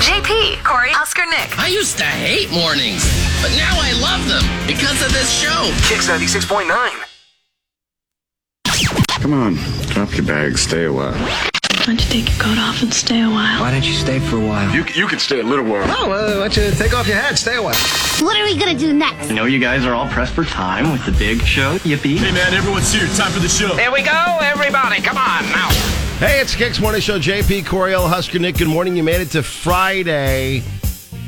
JP, Corey, Oscar, Nick. I used to hate mornings, but now I love them because of this show. Kicks 96.9. Come on, drop your bag, stay a while. Why don't you take your coat off and stay a while? Why don't you stay for a while? You, you can stay a little while. Oh, well, why don't you take off your hat, stay a while. What are we gonna do next? I know you guys are all pressed for time with the big show. Yippee. Hey man, everyone's here. Time for the show. Here we go, everybody. Come on now. Hey, it's Kicks Morning Show. JP Coriel, Husker Nick. Good morning. You made it to Friday,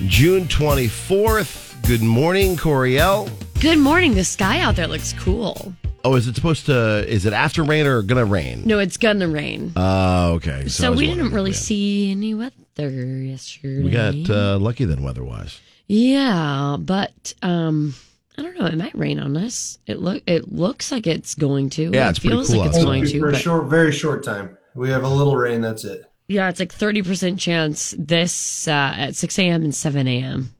June twenty fourth. Good morning, Coriel. Good morning. The sky out there looks cool. Oh, is it supposed to? Is it after rain or gonna rain? No, it's gonna rain. Oh, okay. so I was we didn't wondering, really yeah. see any weather yesterday. We got uh, lucky then weather-wise. yeah, but um, I don't know. It might rain on us. It look it looks like it's going to. Yeah, it it's pretty feels cool like it's outside. going to. For a But short, very short time. We have a little rain. That's it. yeah, it's like thirty percent chance this uh, at six a.m. and seven a.m.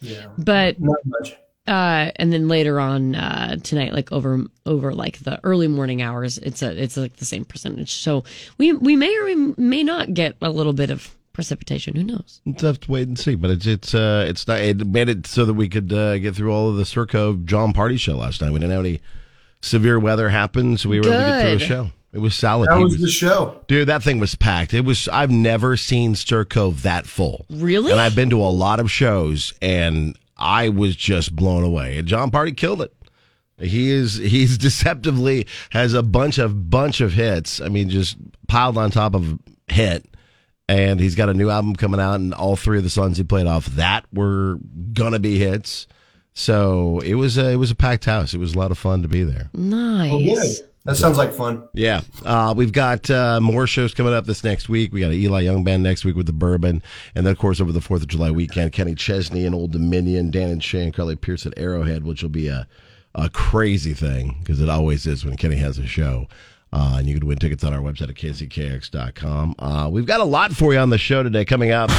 Yeah, But not much. uh and then later on uh tonight like over over like the early morning hours it's a it's like the same percentage so we we may or we may not get a little bit of precipitation who knows We'll have to wait and see, but it's it's uh, it's not. It made it so that we could uh, get through all of the Circo John Party show last night. We didn't have any severe weather happen, so we were able to get through a Good. show. It was solid. That He was was- the show. Dude, that thing was packed. It was. I've never seen Stir Cove that full. Really? And I've been to a lot of shows, and I was just blown away. And John Party killed it. He is. He's deceptively has a bunch of bunch of hits. I mean, just piled on top of hit. And he's got a new album coming out, and all three of the songs he played off that were gonna be hits. So it was a it was a packed house. It was a lot of fun to be there. nice Well, good. That sounds like fun. Yeah, uh, we've got uh, more shows coming up this next week. We got an Eli Young band next week with the Bourbon, and then of course over the Fourth of July weekend, Kenny Chesney and Old Dominion, Dan and Shay and Carly Pierce at Arrowhead, which will be a a crazy thing because it always is when Kenny has a show. Uh, and you can win tickets on our website at kckx.com. Uh, we've got a lot for you on the show today coming up.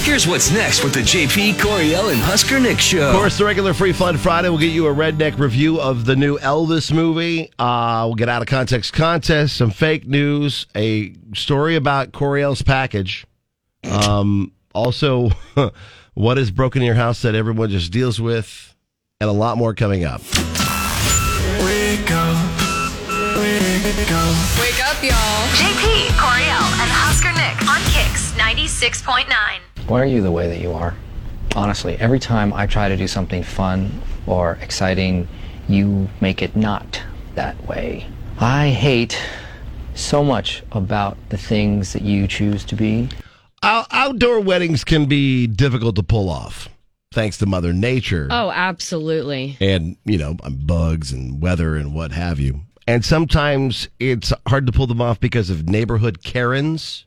Here's what's next with the JP Coriel and Husker Nick show. Of course, the regular Free Flood Friday will get you a redneck review of the new Elvis movie. Uh, we'll get out of context contest, some fake news, a story about Coriel's package. Um, also, what is broken in your house that everyone just deals with, and a lot more coming up. Wake up, y'all. JP, Coriel, and Oscar Nick on Kicks 96.9. Why are you the way that you are? Honestly, every time I try to do something fun or exciting, you make it not that way. I hate so much about the things that you choose to be. Out- outdoor weddings can be difficult to pull off, thanks to Mother Nature. oh absolutely and you know um, bugs and weather and what have you and sometimes it's hard to pull them off because of neighborhood karens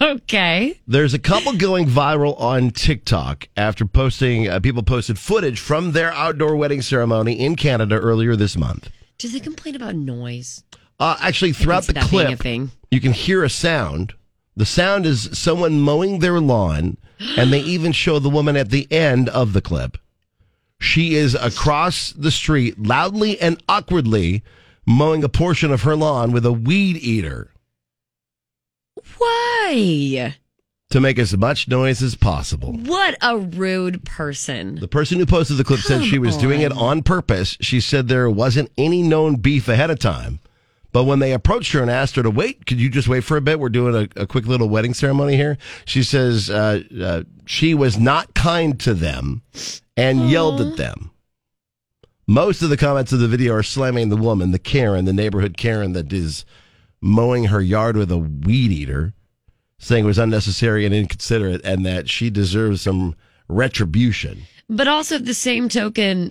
okay there's a couple going viral on tiktok after posting uh, people posted footage from their outdoor wedding ceremony in canada earlier this month do they complain about noise uh, actually throughout It's the not being a clip thing. you can hear a sound the sound is someone mowing their lawn and they even show the woman at the end of the clip She is across the street loudly and awkwardly mowing a portion of her lawn with a weed eater why to make as much noise as possible. what a rude person The person who posted the clip said Come she was doing it on purpose. She said there wasn't any known beef ahead of time. But when they approached her and asked her to wait, could you just wait for a bit? We're doing a, a quick little wedding ceremony here. She says uh, uh, she was not kind to them and yelled at them. Most of the comments of the video are slamming the woman, the Karen, the neighborhood Karen that is mowing her yard with a weed eater, saying it was unnecessary and inconsiderate and that she deserves some retribution. But also at the same token,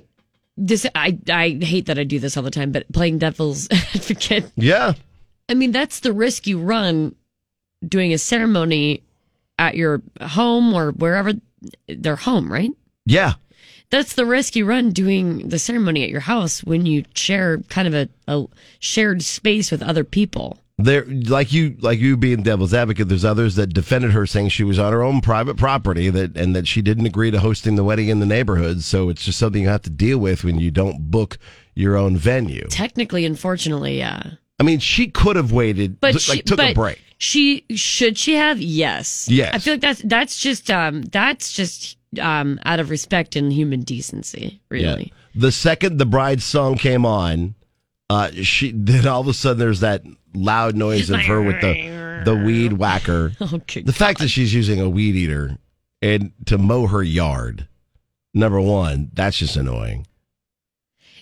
this I I hate that I do this all the time, but playing devil's advocate. Yeah. I mean, that's the risk you run doing a ceremony at your home or wherever their home, right? Yeah. That's the risk you run doing the ceremony at your house when you share kind of a, a shared space with other people. There like you like you being devil's advocate, there's others that defended her saying she was on her own private property that and that she didn't agree to hosting the wedding in the neighborhood, so it's just something you have to deal with when you don't book your own venue. Technically, unfortunately, yeah. I mean, she could have waited But like she took but a break. She should she have? Yes. Yes. I feel like that's that's just um that's just um out of respect and human decency, really. The second the bride's song came on, uh, she then all of a sudden there's that loud noise of her with the the weed whacker. Okay. The fact that she's using a weed eater and to mow her yard, number one, that's just annoying.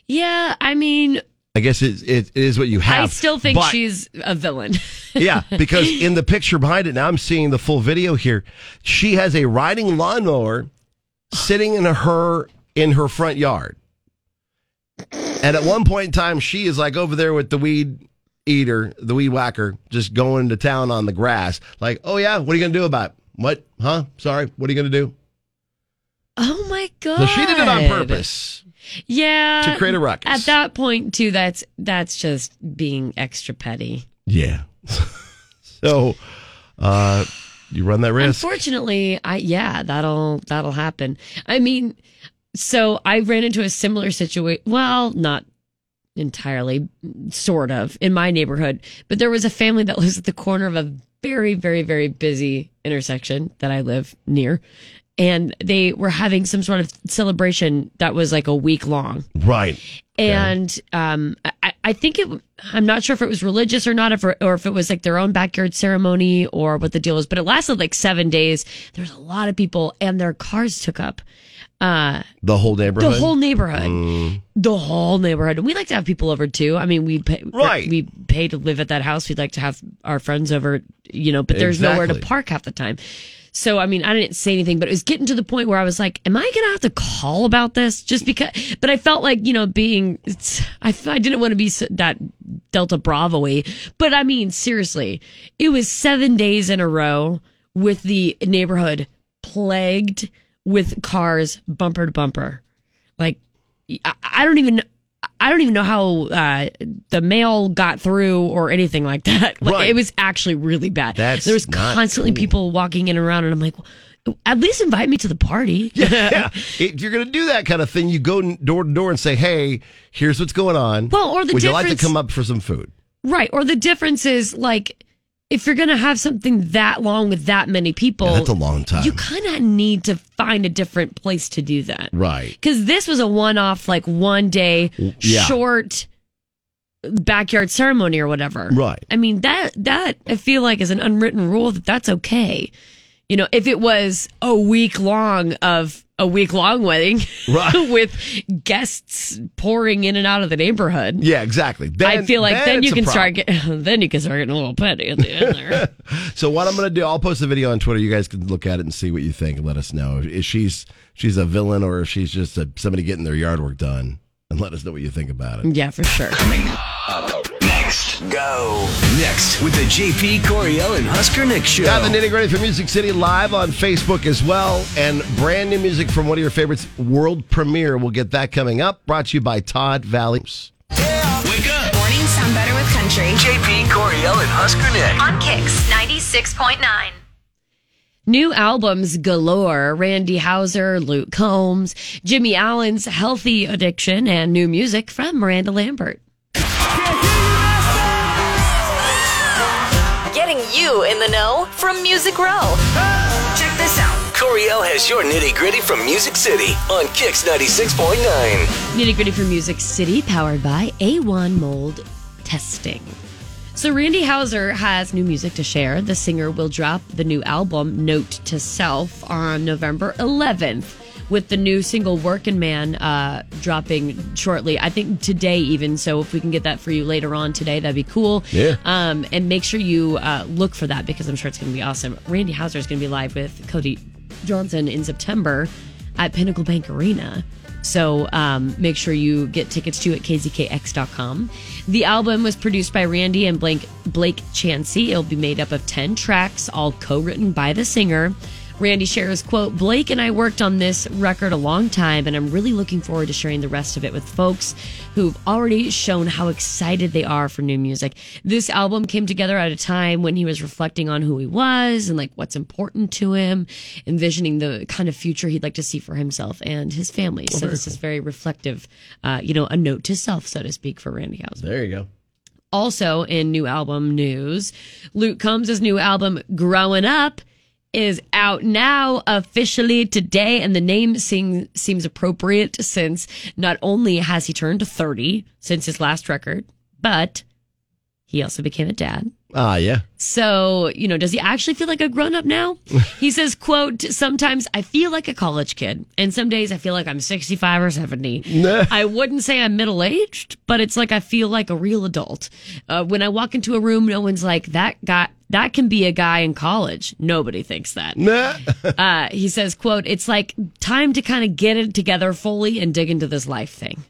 yeah, I mean, I guess it, it is what you have. I still think but- she's a villain. yeah, because in the picture behind it, now I'm seeing the full video here. She has a riding lawnmower sitting in her in her front yard. And at one point in time, she is like over there with the weed eater, the weed whacker, just going to town on the grass. Like, oh yeah, what are you gonna do about it? what? Huh? Sorry, what are you gonna do? oh my god. So she did it on purpose. Yeah. To create a ruckus. At that point too, that's that's just being extra petty. Yeah. so uh you run that risk. Unfortunately, I yeah, that'll that'll happen. I mean, so I ran into a similar situation. Well, not entirely, sort of, in my neighborhood, but there was a family that lives at the corner of a very, very, very busy intersection that I live near, and they were having some sort of celebration that was like a week long Right. and um, I, I think it. I'm not sure if it was religious or not, if or if it was like their own backyard ceremony or what the deal was. But it lasted like seven days. There was a lot of people, and their cars took up uh, The whole neighborhood. the whole neighborhood. The whole neighborhood. And we like to have people over too. I mean, we pay, Right. We pay to live at that house. We'd like to have our friends over, you know. But there's nowhere to Exactly. park half the time. So I mean, I didn't say anything, but it was getting to the point where I was like, "Am I gonna have to call about this?" Just because. But I felt like you know, being it's- I f- I didn't want to be s- that Delta Bravo-y. But I mean, seriously, it was seven days in a row with the neighborhood plagued with cars bumper to bumper like I, I don't even I don't even know how uh, the mail got through or anything like that. Like, Right. It was actually really bad. That's there was not constantly cool. people walking in and around, and I'm like, at least invite me to the party. yeah. If you're going to do that kind of thing, you go n- door to door and say, "Hey, here's what's going on." Well, or the would you like to difference- come up for some food? Right. Or the difference is like if you're going to have something that long with that many people, Yeah, that's a long time. You kind of need to find a different place to do that. Right. Because this was a one off, like one day yeah. short backyard ceremony or whatever. Right. I mean, that, that I feel like is an unwritten rule that that's okay. You know, if it was a week long of a week long wedding Right. with guests pouring in and out of the neighborhood. Yeah, exactly. Then- I feel like then it's you a can start problem. getting then you can start getting a little petty at the end there. So what I'm going to do, I'll post a video on Twitter. You guys can look at it and see what you think. and Let us know if she's she's a villain or if she's just a, somebody getting their yard work done, and let us know what you think about it. yeah, for sure. Next, go. Next with the JP Coriel and Husker Nick show. Got the nitty gritty from Music City live on Facebook as well, and brand new music from one of your favorites, World Premiere. We'll get that coming up. Brought to you by Todd Valley. Wake up. Mornings sound better with country. JP Coriel and Husker Nick. On Kicks 96.9. New albums galore. Randy Hauser, Luke Combs, Jimmy Allen's Healthy Addiction, and new music from Miranda Lambert. Getting you in the know from Music Row. Check this out. Coriel has your nitty gritty from Music City on Kix 96.9. Nitty gritty for Music City, powered by A1 Mold Testing. So, Randy Hauser has new music to share. The singer will drop the new album, Note to Self, on November 11th, with the new single Working Man uh, dropping shortly. I think today, even. So, if we can get that for you later on today, that'd be cool. Yeah. Um, and make sure you uh, look for that because I'm sure it's going to be awesome. Randy Hauser is going to be live with Cody Johnson in September at Pinnacle Bank Arena. So um, make sure you get tickets to at kzkx.com. The album was produced by Randy and Blake, Blake Chansey. It'll be made up of 10 tracks, all co written by the singer. Randy shares, quote, Blake and I worked on this record a long time, and I'm really looking forward to sharing the rest of it with folks who've already shown how excited they are for new music. This album came together at a time when he was reflecting on who he was and like what's important to him, envisioning the kind of future he'd like to see for himself and his family. Oh, so this is very reflective, uh, you know, a note to self, so to speak, for Randy Houser. There you go. Also, in new album news, Luke Combs' new album, Growing Up, is out now officially today, and the name sing- seems appropriate since not only has he turned 30 since his last record, but he also became a dad. Ah, yeah. So, you know, does he actually feel like a grown up now? he says, quote, sometimes I feel like a college kid and some days I feel like I'm 65 or 70. I wouldn't say I'm middle aged, but it's like I feel like a real adult. Uh, when I walk into a room, no one's like that guy. That can be a guy in college. Nobody thinks that. uh, he says, quote, it's like time to kind of get it together fully and dig into this life thing.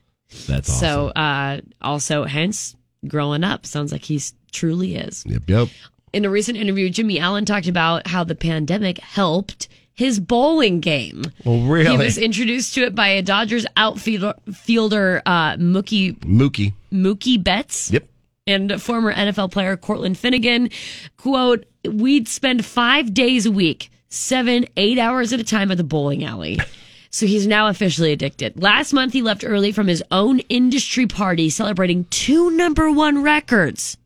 That's So, uh, also hence growing up sounds like he's truly is. Yep, yep. In a recent interview, Jimmy Allen talked about how the pandemic helped his bowling game. Well, really? He was introduced to it by a Dodgers outfielder fielder, uh, Mookie Mookie. Mookie Betts Yep. and former NFL player Cortland Finnegan. Quote, we'd spend five days a week, seven, eight hours at a time at the bowling alley. So he's now officially addicted. Last month, he left early from his own industry party celebrating two number one records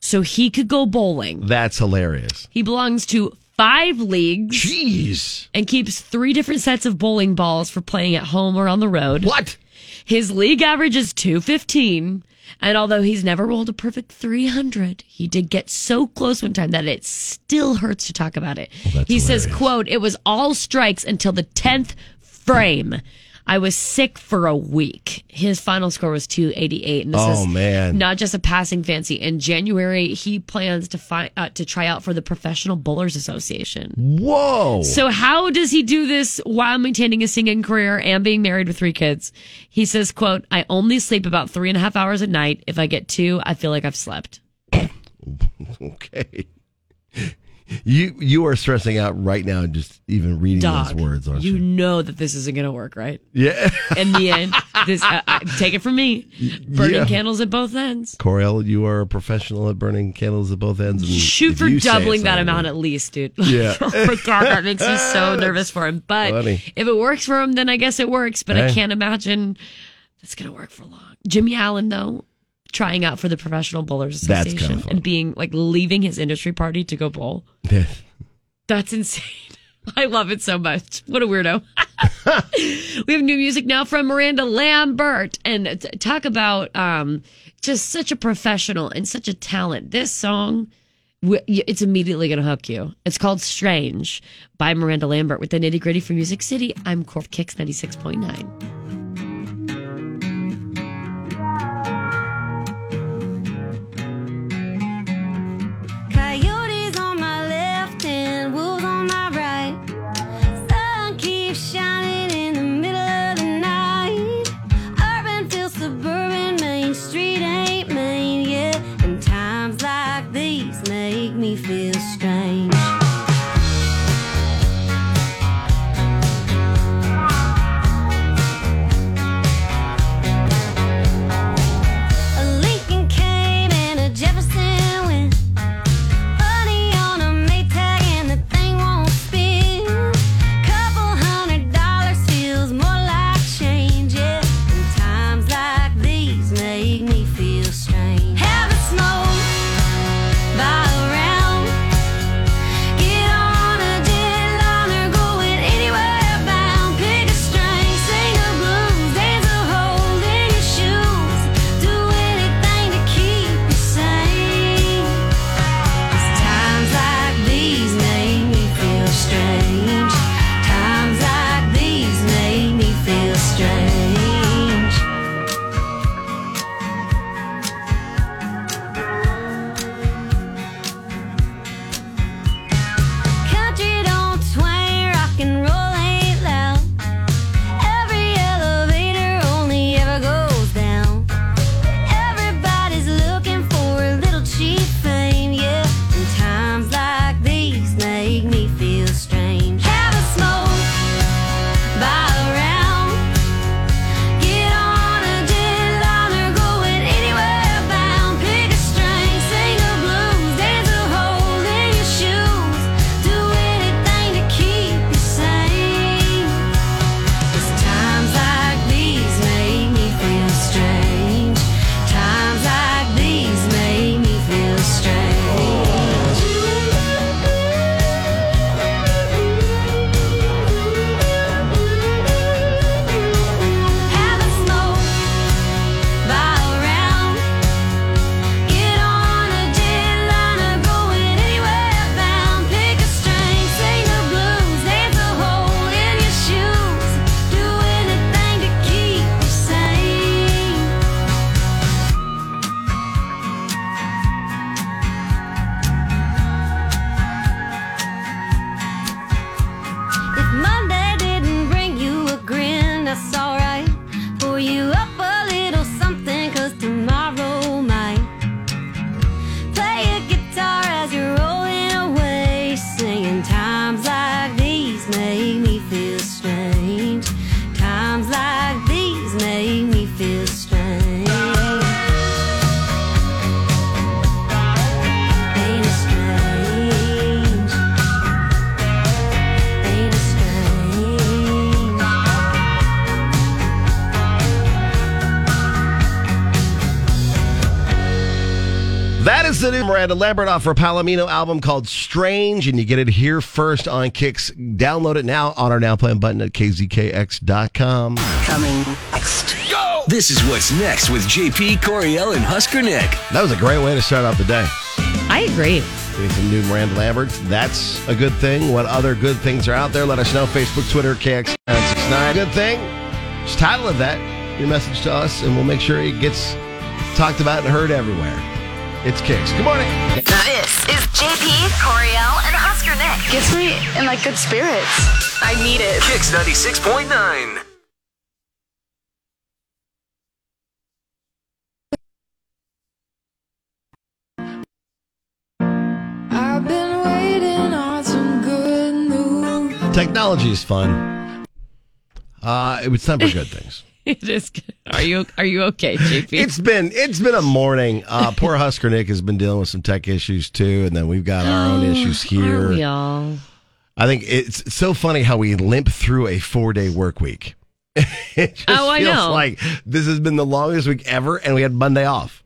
so he could go bowling. That's hilarious. He belongs to five leagues Jeez. and keeps three different sets of bowling balls for playing at home or on the road. What? His league average is 215. And although he's never rolled a perfect 300, he did get so close one time that it still hurts to talk about it. Oh, he says, quote, it was all strikes until the 10th frame. I was sick for a week. His final score was 288. And this Oh, is man. not just a passing fancy. In January, he plans to find uh, to try out for the Professional Bowlers Association. Whoa. So how does he do this while maintaining his singing career and being married with three kids? He says, quote, I only sleep about three and a half hours a night. If I get two, I feel like I've slept. okay. You you are stressing out right now just even reading Dog, those words, aren't you you? know that this isn't going to work, right? Yeah. In the end, this I, I, take it from me, burning yeah. candles at both ends. Coriel, you are a professional at burning candles at both ends. And Shoot if for you say doubling it's that not amount working- at least, dude. Yeah. oh my god, that makes me so nervous for him. But funny. if it works for him, then I guess it works. But I Hey. can't imagine that's gonna work for long. Jimmy Allen though, trying out for the Professional Bowlers That's Association kinda fun. and being like leaving his industry party to go bowl. That's insane. I love it so much. What a weirdo. we have new music now from Miranda Lambert and t- talk about um, just such a professional and such a talent. This song, w- y- it's immediately going to hook you. It's called Strange by Miranda Lambert with the nitty gritty from Music City. I'm Corp Kicks 96.9. Coyotes on my left and wolves on my right. Sun keeps shining in the middle of the night. Urban feels suburban, Main Street ain't Main yet. And times like these make me feel strange. A Lincoln came and a Jefferson went. Money on a Maytag and the thing won't spin. Couple hundred dollars feels more like change. Yeah, and times like these make me feel strange. Have it snow by around the new Miranda Lambert off her Palomino album called Strange, and you get it here first on Kicks. Download it now on our Now Playing button at kzkx.com. Coming next. Go! This is what's next with JP Coriel and Husker Nick. That was a great way to start off the day. I agree. Getting some new Miranda Lambert. That's a good thing. What other good things are out there? Let us know. Facebook, Twitter, KX969. Good thing. Just title of that, your message to us, and we'll make sure it gets talked about and heard everywhere. It's Kicks. Good morning. This is JP, Coriel, and Oscar Nick. Gets me in like good spirits. I need it. Kicks 96.9. I've been waiting on some good news. Technology is fun. Uh, it was time for good things. It is good. Are you are you okay, JP? It's been it's been a morning. Uh, poor Husker Nick has been dealing with some tech issues too, and then we've got our own issues here. Aren't Oh, we all? I think it's so funny how we limp through a four day work week. it just Oh, I feels know. like this has been the longest week ever, and we had Monday off,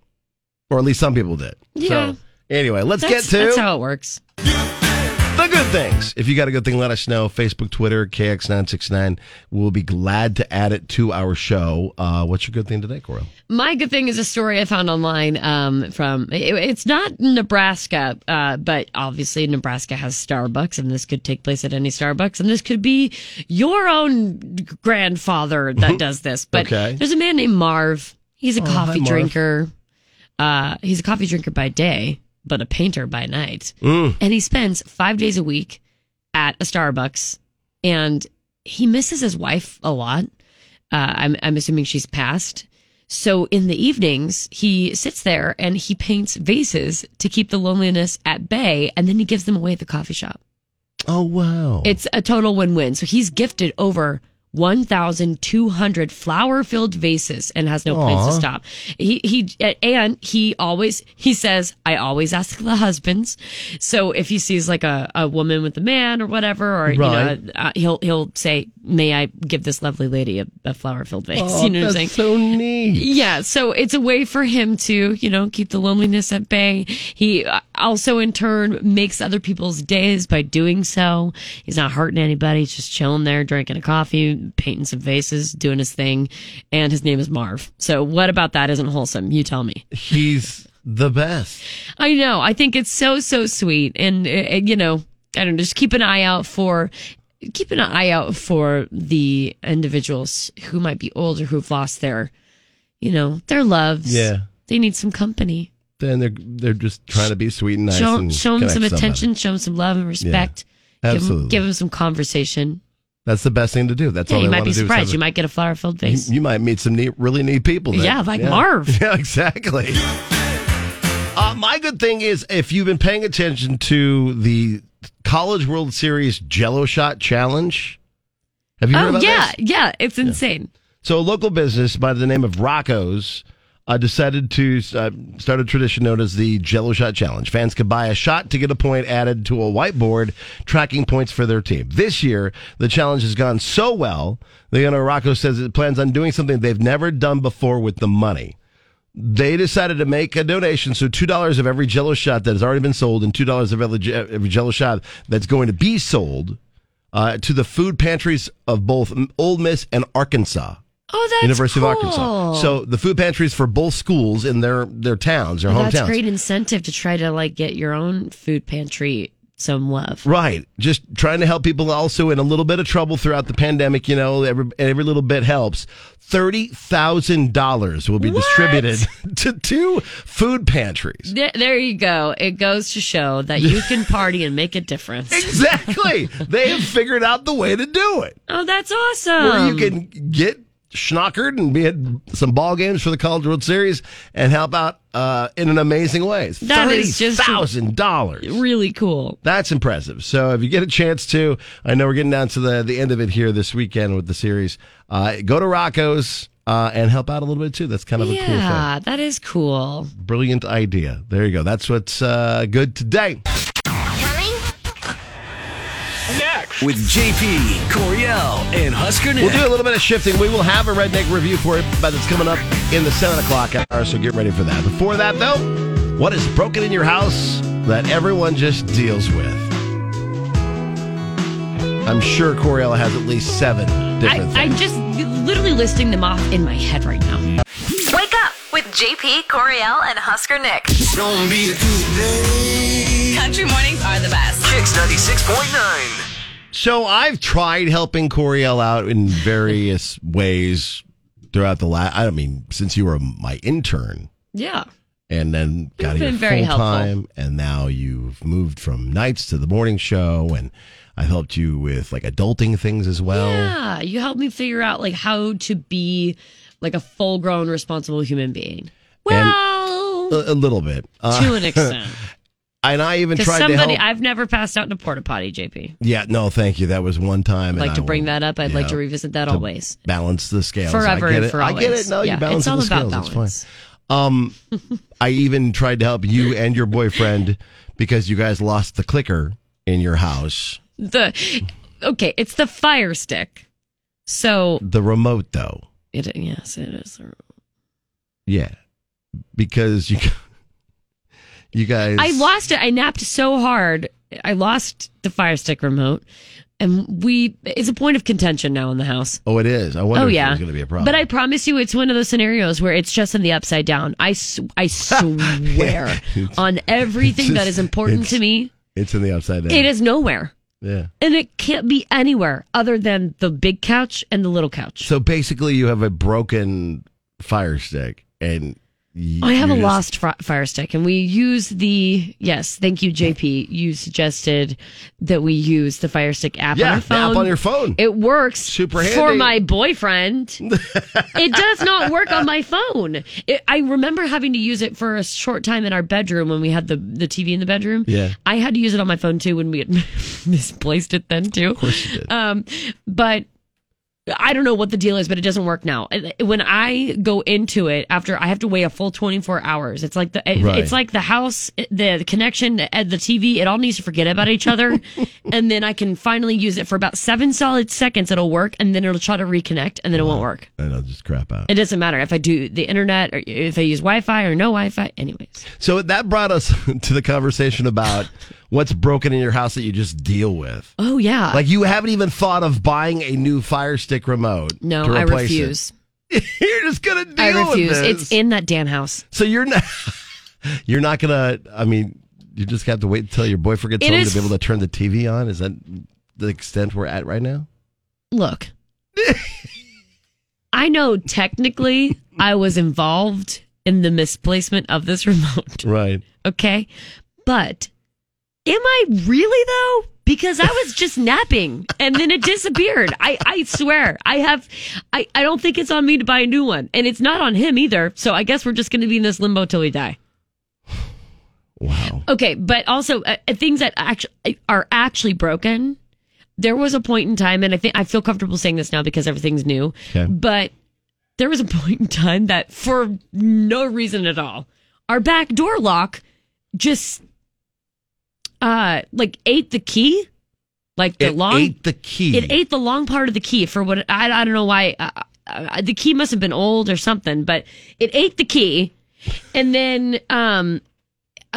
or at least some people did. Yeah. So anyway, let's That's- get to that's how it works. the good things. If you got a good thing, let us know. Facebook, Twitter, KX969. We'll be glad to add it to our show. Uh, what's your good thing today, Coral? My good thing is a story I found online um, from, it- it's not Nebraska, uh, but obviously Nebraska has Starbucks, and this could take place at any Starbucks, and this could be your own grandfather that does this. But Okay. there's a man named Marv. He's a Oh, hi, coffee Marv. drinker. Uh, he's a coffee drinker by day, but a painter by night. Mm. And he spends five days a week at a Starbucks, and he misses his wife a lot. Uh, I'm, I'm assuming she's passed. So in the evenings, he sits there and he paints vases to keep the loneliness at bay, and then he gives them away at the coffee shop. Oh, wow. It's a total win win. So he's gifted over 1,200 flower filled vases and has no plans to Aw. stop. He, he, and he always, he says, I always ask the husbands. So if he sees like a, a woman with a man or whatever, or, Right. you know, uh, he'll, he'll say, May I give this lovely lady a, a flower filled vase? Aw, you know what I'm saying? that's Oh, so neat. Yeah, so it's a way for him to, you know, keep the loneliness at bay. He uh, also, in turn, makes other people's days by doing so. He's not hurting anybody. He's just chilling there, drinking a coffee, painting some faces, doing his thing. And his name is Marv. So, what about that isn't wholesome? You tell me. He's the best. I know. I think it's so so sweet, and uh, uh, you know, I don't know. Just keep an eye out for. Keep an eye out for the individuals who might be older who've lost their, you know, their loves. Yeah. they need some company. Then they're they're just trying to be sweet and nice. show and show 'em connect some with somebody. attention. Show them some love and respect. Give 'em- absolutely. Give them some conversation. That's the best thing to do. That's yeah, all they you might want be to do. is have surprised. a- You might get a flower filled vase. You, you might meet some neat, really neat people. Then. Yeah, like Marv. Yeah, exactly. Uh, my good thing is if you've been paying attention to the College World Series Jello Shot Challenge. Have you heard oh about yeah, this? yeah. It's insane. So, a local business by the name of Rocco's uh, decided to uh, start a tradition known as the Jello Shot Challenge. Fans could buy a shot to get a point added to a whiteboard tracking points for their team. This year, the challenge has gone so well, the owner of Rocco says it plans on doing something they've never done before with the money. They decided to make a donation, so two dollars of every Jello shot that has already been sold, and two dollars of every every Jello shot that's going to be sold, uh, to the food pantries of both Old Miss and Arkansas. Oh, that's University cool. of Arkansas. So the food pantries for both schools in their their towns, their Well, hometowns. That's great incentive to try to like get your own food pantry some love. Right. Just trying to help people also in a little bit of trouble throughout the pandemic, you know, every every little bit helps. $30,000 will be distributed to two food pantries. There, there you go. It goes to show that you can party and make a difference. Exactly. they have figured out the way to do it. Oh, that's awesome. where you can get schnockered and be at some ball games for the College World Series and help out uh, in an amazing way. It's That is just- $30,000. Really cool. That's impressive. So if you get a chance to, I know we're getting down to the, the end of it here this weekend with the series. Uh, go to Rocco's uh, and help out a little bit too. That's kind of a cool thing. yeah, that is cool. Brilliant idea. There you go. That's what's uh, good today. Next. With JP Coriel and Husker Nick. We'll do a little bit of shifting. We will have a redneck review for it, but it's coming up in the 7 o'clock hour, so get ready for that. Before that, though, What is broken in your house that everyone just deals with? I'm sure Coriella has at least seven different I, I'm just literally listing them off in my head right now. Wake up with JP, Coriel, and Husker Nick. Don't be today. Country mornings are the best. Kicks 96.9. So I've tried helping Coriel out in various ways throughout the last. I don't mean since you were my intern, Yeah. and then got been here very full helpful. time, and now you've moved from nights to the morning show, and I've helped you with like adulting things as well. Yeah. You helped me figure out like how to be like a full grown responsible human being. Well, a, a little bit Uh, to an extent. And I even Because tried somebody, to help. I've never passed out in a porta potty, JP. yeah, no, thank you. That was one time. and I'd like to I bring will that up. I'd like yeah, to revisit that to always. Balance the scales. Forever I get and it. for I get always. it. No, Yeah, you balance it's all the about scales. It's fine. Um, I even tried to help you and your boyfriend because you guys lost the clicker in your house. The okay, it's the fire stick. So The remote, though. it yes, it is. the- Yeah, because you you guys. I lost it. I napped so hard. I lost the fire stick remote, and we. It's a point of contention now in the house. Oh, it is. I wonder oh if yeah, there's going to be a problem. But I promise you, it's one of those scenarios where it's just in the upside down. I s- I swear on everything that Just- is important it's- to me, it's in the upside down. it is nowhere, Yeah. and it can't be anywhere other than the big couch and the little couch. So basically, you have a broken fire stick, and y- I have a you're just- lost fr- fire stick, and we use the yes. Thank you, JP. You suggested that we use the fire stick app on Yeah, our the phone. app on your phone. It works super for handy. my boyfriend. it does not work on my phone. It, I remember having to use it for a short time in our bedroom when we had the the TV in the bedroom. Yeah. I had to use it on my phone too when we had misplaced it then too. Of course you did. Um, but I don't know what the deal is, but it doesn't work now. And uh, When I go into it after I have to wait a full 24 hours, it's like the it- Right. it's like the house, uh, the connection, the the TV, it all needs to forget about each other, and then I can finally use it for about seven solid seconds. It'll work, and then it'll try to reconnect, and then it won't work. And I'll just crap out. It doesn't matter if I do the internet or if I use Wi-Fi or no Wi-Fi. Anyways, So that brought us to the conversation about what's broken in your house that you just deal with. oh yeah, Like you haven't even thought of buying a new Fire Stick remote. no, to I replace it. refuse. You're just gonna deal I with refuse. this. It's in that damn house. So you're not. You're not gonna. I mean, you just have to wait until your boyfriend gets It home is- to be able to turn the TV on. Is that the extent we're at right now? Look, I know technically I was involved in the misplacement of this remote, Right. okay? But am I really though? Because I was just napping and then it disappeared. I, I swear. I have I, I don't think it's on me to buy a new one. And it's not on him either. So I guess we're just gonna be in this limbo till we die. Wow. Okay, but also uh, uh, things that actually are actually broken. There was a point in time, and I think I feel comfortable saying this now because everything's new. Okay. But there was a point in time that, for no reason at all, our back door lock just uh like ate the key, like the It long ate the key. It ate the long part of the key for what I I don't know why. Uh, uh, the key must have been old or something, but it ate the key, and then um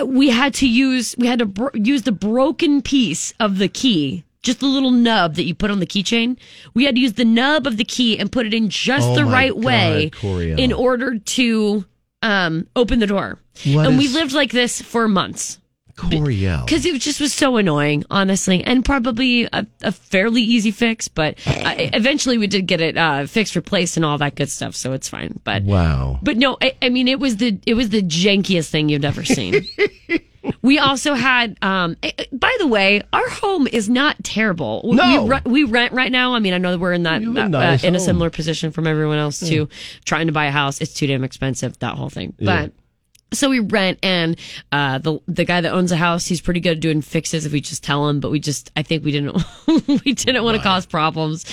we had to use we had to bro- use the broken piece of the key just the little nub that you put on the keychain we had to use the nub of the key and put it in just Oh the my right God, way Coriel. in order to um open the door What and we is- lived like this for months Coriel. because it just was so annoying, honestly, and probably a, a fairly easy fix. But uh, eventually, we did get it uh, fixed, replaced, and all that good stuff. So it's fine. But Wow. but no, I, I mean it was the it was the jankiest thing you've ever seen. we also had, um, eh, eh, by the way, our home is not terrible. We- No. we, re- we rent right now. I mean, I know that we're in that have a uh, nice in a home. similar position from everyone else Yeah. too, trying to buy a house. It's too damn expensive. That whole thing, Yeah. but. So we rent, and uh, the the guy that owns the house, he's pretty good at doing fixes if we just tell him. But we just, I think we didn't, we didn't want to cause problems.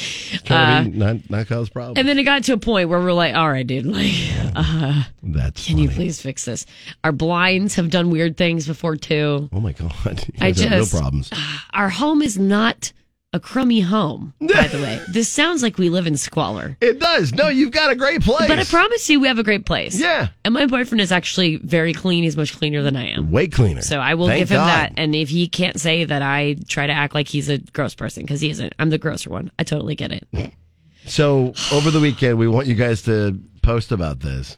Trying Uh, to be not not cause problems. and then it got to a point where we're like, all right, dude, like, uh, That's can you please fix this? Our blinds have done weird things before too. oh my god. You I guys have just- no problems. Our home is not a crummy home, by the way. This sounds like we live in squalor. It does. No, you've got a great place. But I promise you, we have a great place. Yeah. And my boyfriend is actually very clean. He's much cleaner than I am. Way cleaner. So I will Thank give him God. that. And if he can't say that I try to act like he's a gross person, because he isn't, I'm the grosser one. I totally get it. So over the weekend, we want you guys to post about this.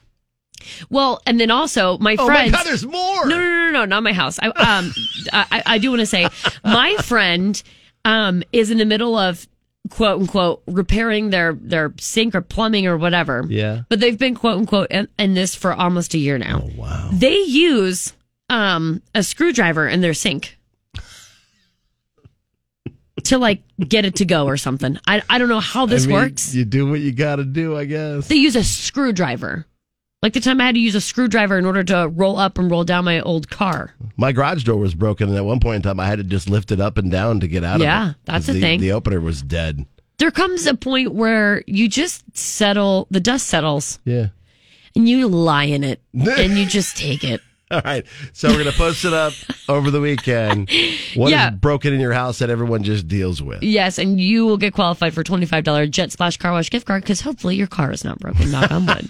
Well, and then also my Oh my friends. God, there's more. No, no, no, no, no, not my house. I, um, I, I do want to say, my friend, um, is in the middle of quote unquote repairing their their sink or plumbing or whatever. Yeah. But they've been quote unquote in, in this for almost a year now. Oh, wow. They use um a screwdriver in their sink. To like get it to go or something. I I don't know how this I mean, works. You do what you got to do, I guess. They use a screwdriver. Like the time I had to use a screwdriver in order to roll up and roll down my old car. My garage door was broken, and at one point in time, I had to just lift it up and down to get out of Yeah, it. that's 'Cause the thing. The opener was dead. There comes a point where you just settle, the dust settles. Yeah. And you lie in it and you just take it. All right. So we're going to post it up over the weekend. What is Yeah. broken in your house that everyone just deals with? Yes, and you will get qualified for $25 Jet Splash Car Wash gift card because hopefully your car is not broken. Knock on wood.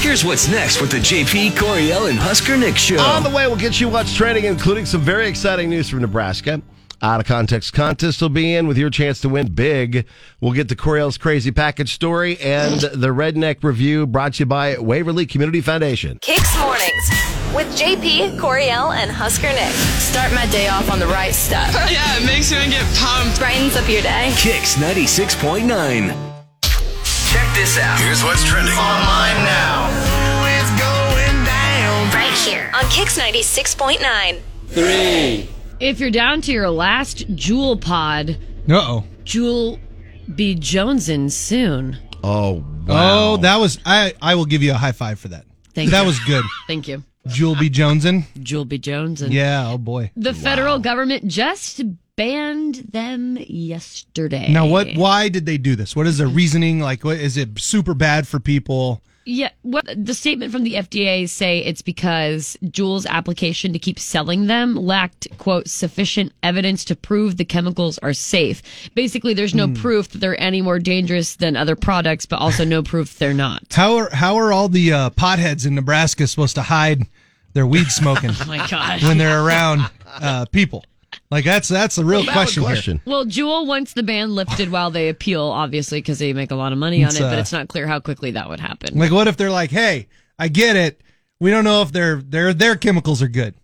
Here's what's next with the JP Coriel and Husker Nick show. On the way, we'll get you what's trending, including some very exciting news from Nebraska. Out of context contest will be in with your chance to win big. We'll get to Coriel's crazy package story and the redneck review brought to you by Waverly Community Foundation. Kicks Mornings with JP, Coriel, and Husker Nick. Start my day off on the right stuff. yeah, it makes me get pumped. Brightens up your day. Kicks 96.9. Check this out. Here's what's trending online now. It's going down. Right here on Kicks 96.9. Three. if you're down to your last jewel pod, Uh oh. Jewel be Jonesing soon. Oh, Oh, that was I. I will give you a high five for that. Thank that you. was good. Thank you. Jewel B. Jonesin. Jewel B. Jonesin. Yeah. Oh boy. The federal government just banned them yesterday. Now what? Why did they do this? What is their reasoning? Like, what is it? Super bad for people. Yeah, what the statement from the FDA say it's because Juul's application to keep selling them lacked quote sufficient evidence to prove the chemicals are safe. Basically, there's no Hmm. proof that they're any more dangerous than other products, but also no proof they're not. How are how are all the uh, potheads in Nebraska supposed to hide their weed smoking? Oh my gosh. When they're around uh, people, like that's that's the real Valid question, question. Well, Juul wants the ban lifted while they appeal, obviously, because they make a lot of money on It's, it, but uh, it's not clear how quickly that would happen. here. Like, what if they're like, hey, I get it. We don't know if their their their chemicals are good,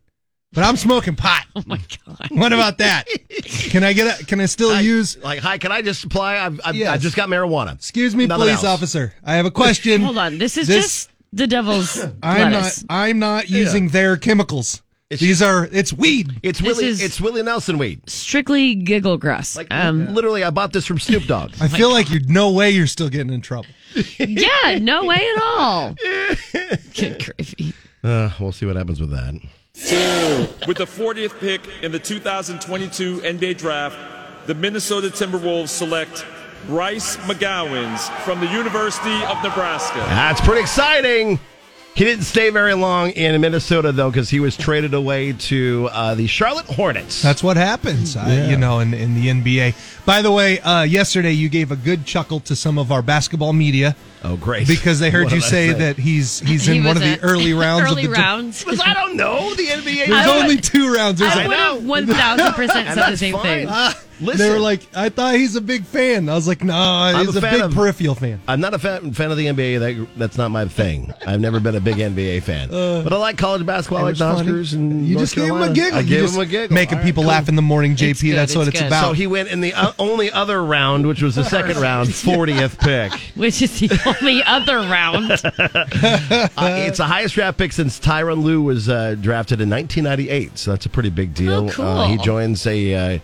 but I'm smoking pot. Oh my god. What about that? Can I get? A, can I still use? Like, hi, can I just apply? I've, I've, Yes. I just got marijuana. Excuse me, Nothing police else. officer. I have a question. Hold on. This is just the devil's I'm lettuce. not. I'm not using their chemicals. These are. It's weed. It's This Willie. is- it's Willie Nelson weed. Strictly giggle grass. Like, um, literally, I bought this from Snoop Dogg. Oh I feel like you're. No way. You're still getting in trouble. yeah, no way at all. Uh, we'll see what happens with that. With the 40th pick in the 2022 NBA draft, the Minnesota Timberwolves select Bryce McGowans from the University of Nebraska. That's pretty exciting. He didn't stay very long in Minnesota though, because he was traded away to uh, the Charlotte Hornets. That's what happens, uh, Yeah. you know, in, in the NBA. By the way, uh, yesterday you gave a good chuckle to some of our basketball media. Oh, great! Because they heard What you did I say, say? that he's he's in He one was of the at- early rounds. Early of the rounds. Because I don't know the NBA. There's I would- only two rounds. There's I a- would have one thousand percent said the same thing. Uh, They were like, I thought he's a big fan. I was like, no, he's a, big peripheral fan. I'm not a fan, fan of the NBA. That, that's not my thing. I've never been a big NBA fan. but I like college basketball. I like It the was Uh, funny. Oscars. And you North just gave him a Carolina. giggle. I You gave just him a giggle. Making All right, people cool. laugh in the morning, JP. that's what it's, about. So he went in the uh, only other round, which was the second round, 40th pick. Which is the only other round. Uh, it's the highest draft pick since Tyron Lue was uh, drafted in 1998, so that's a pretty big deal. Oh, cool. Uh, he joins a uh,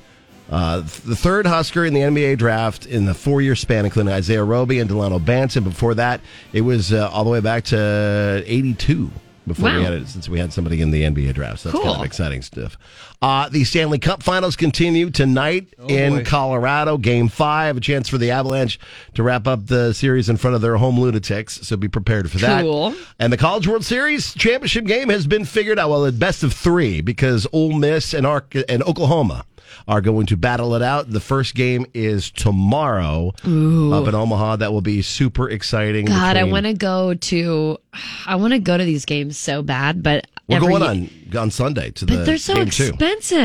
uh, th- the third Husker in the NBA draft in the four year span, including Isaiah Roby and Delano Banks. And before that, it was uh, all the way back to 82 before we Wow. had it, since we had somebody in the NBA draft. So that's kind Cool. of exciting stuff. Uh, the Stanley Cup Finals continue tonight in boy. Colorado. Game five, a chance for the Avalanche to wrap up the series in front of their home lunatics. So be prepared for that. Cool. And the College World Series championship game has been figured out. Well, it's best of three because Ole Miss and, Arc- and Oklahoma are going to battle it out. The first game is tomorrow Ooh. up in Omaha. That will be super exciting. God, I between- want to go to, I want to go to these games so bad, but We're every- going on on Sunday to But the they're so game too. expensive.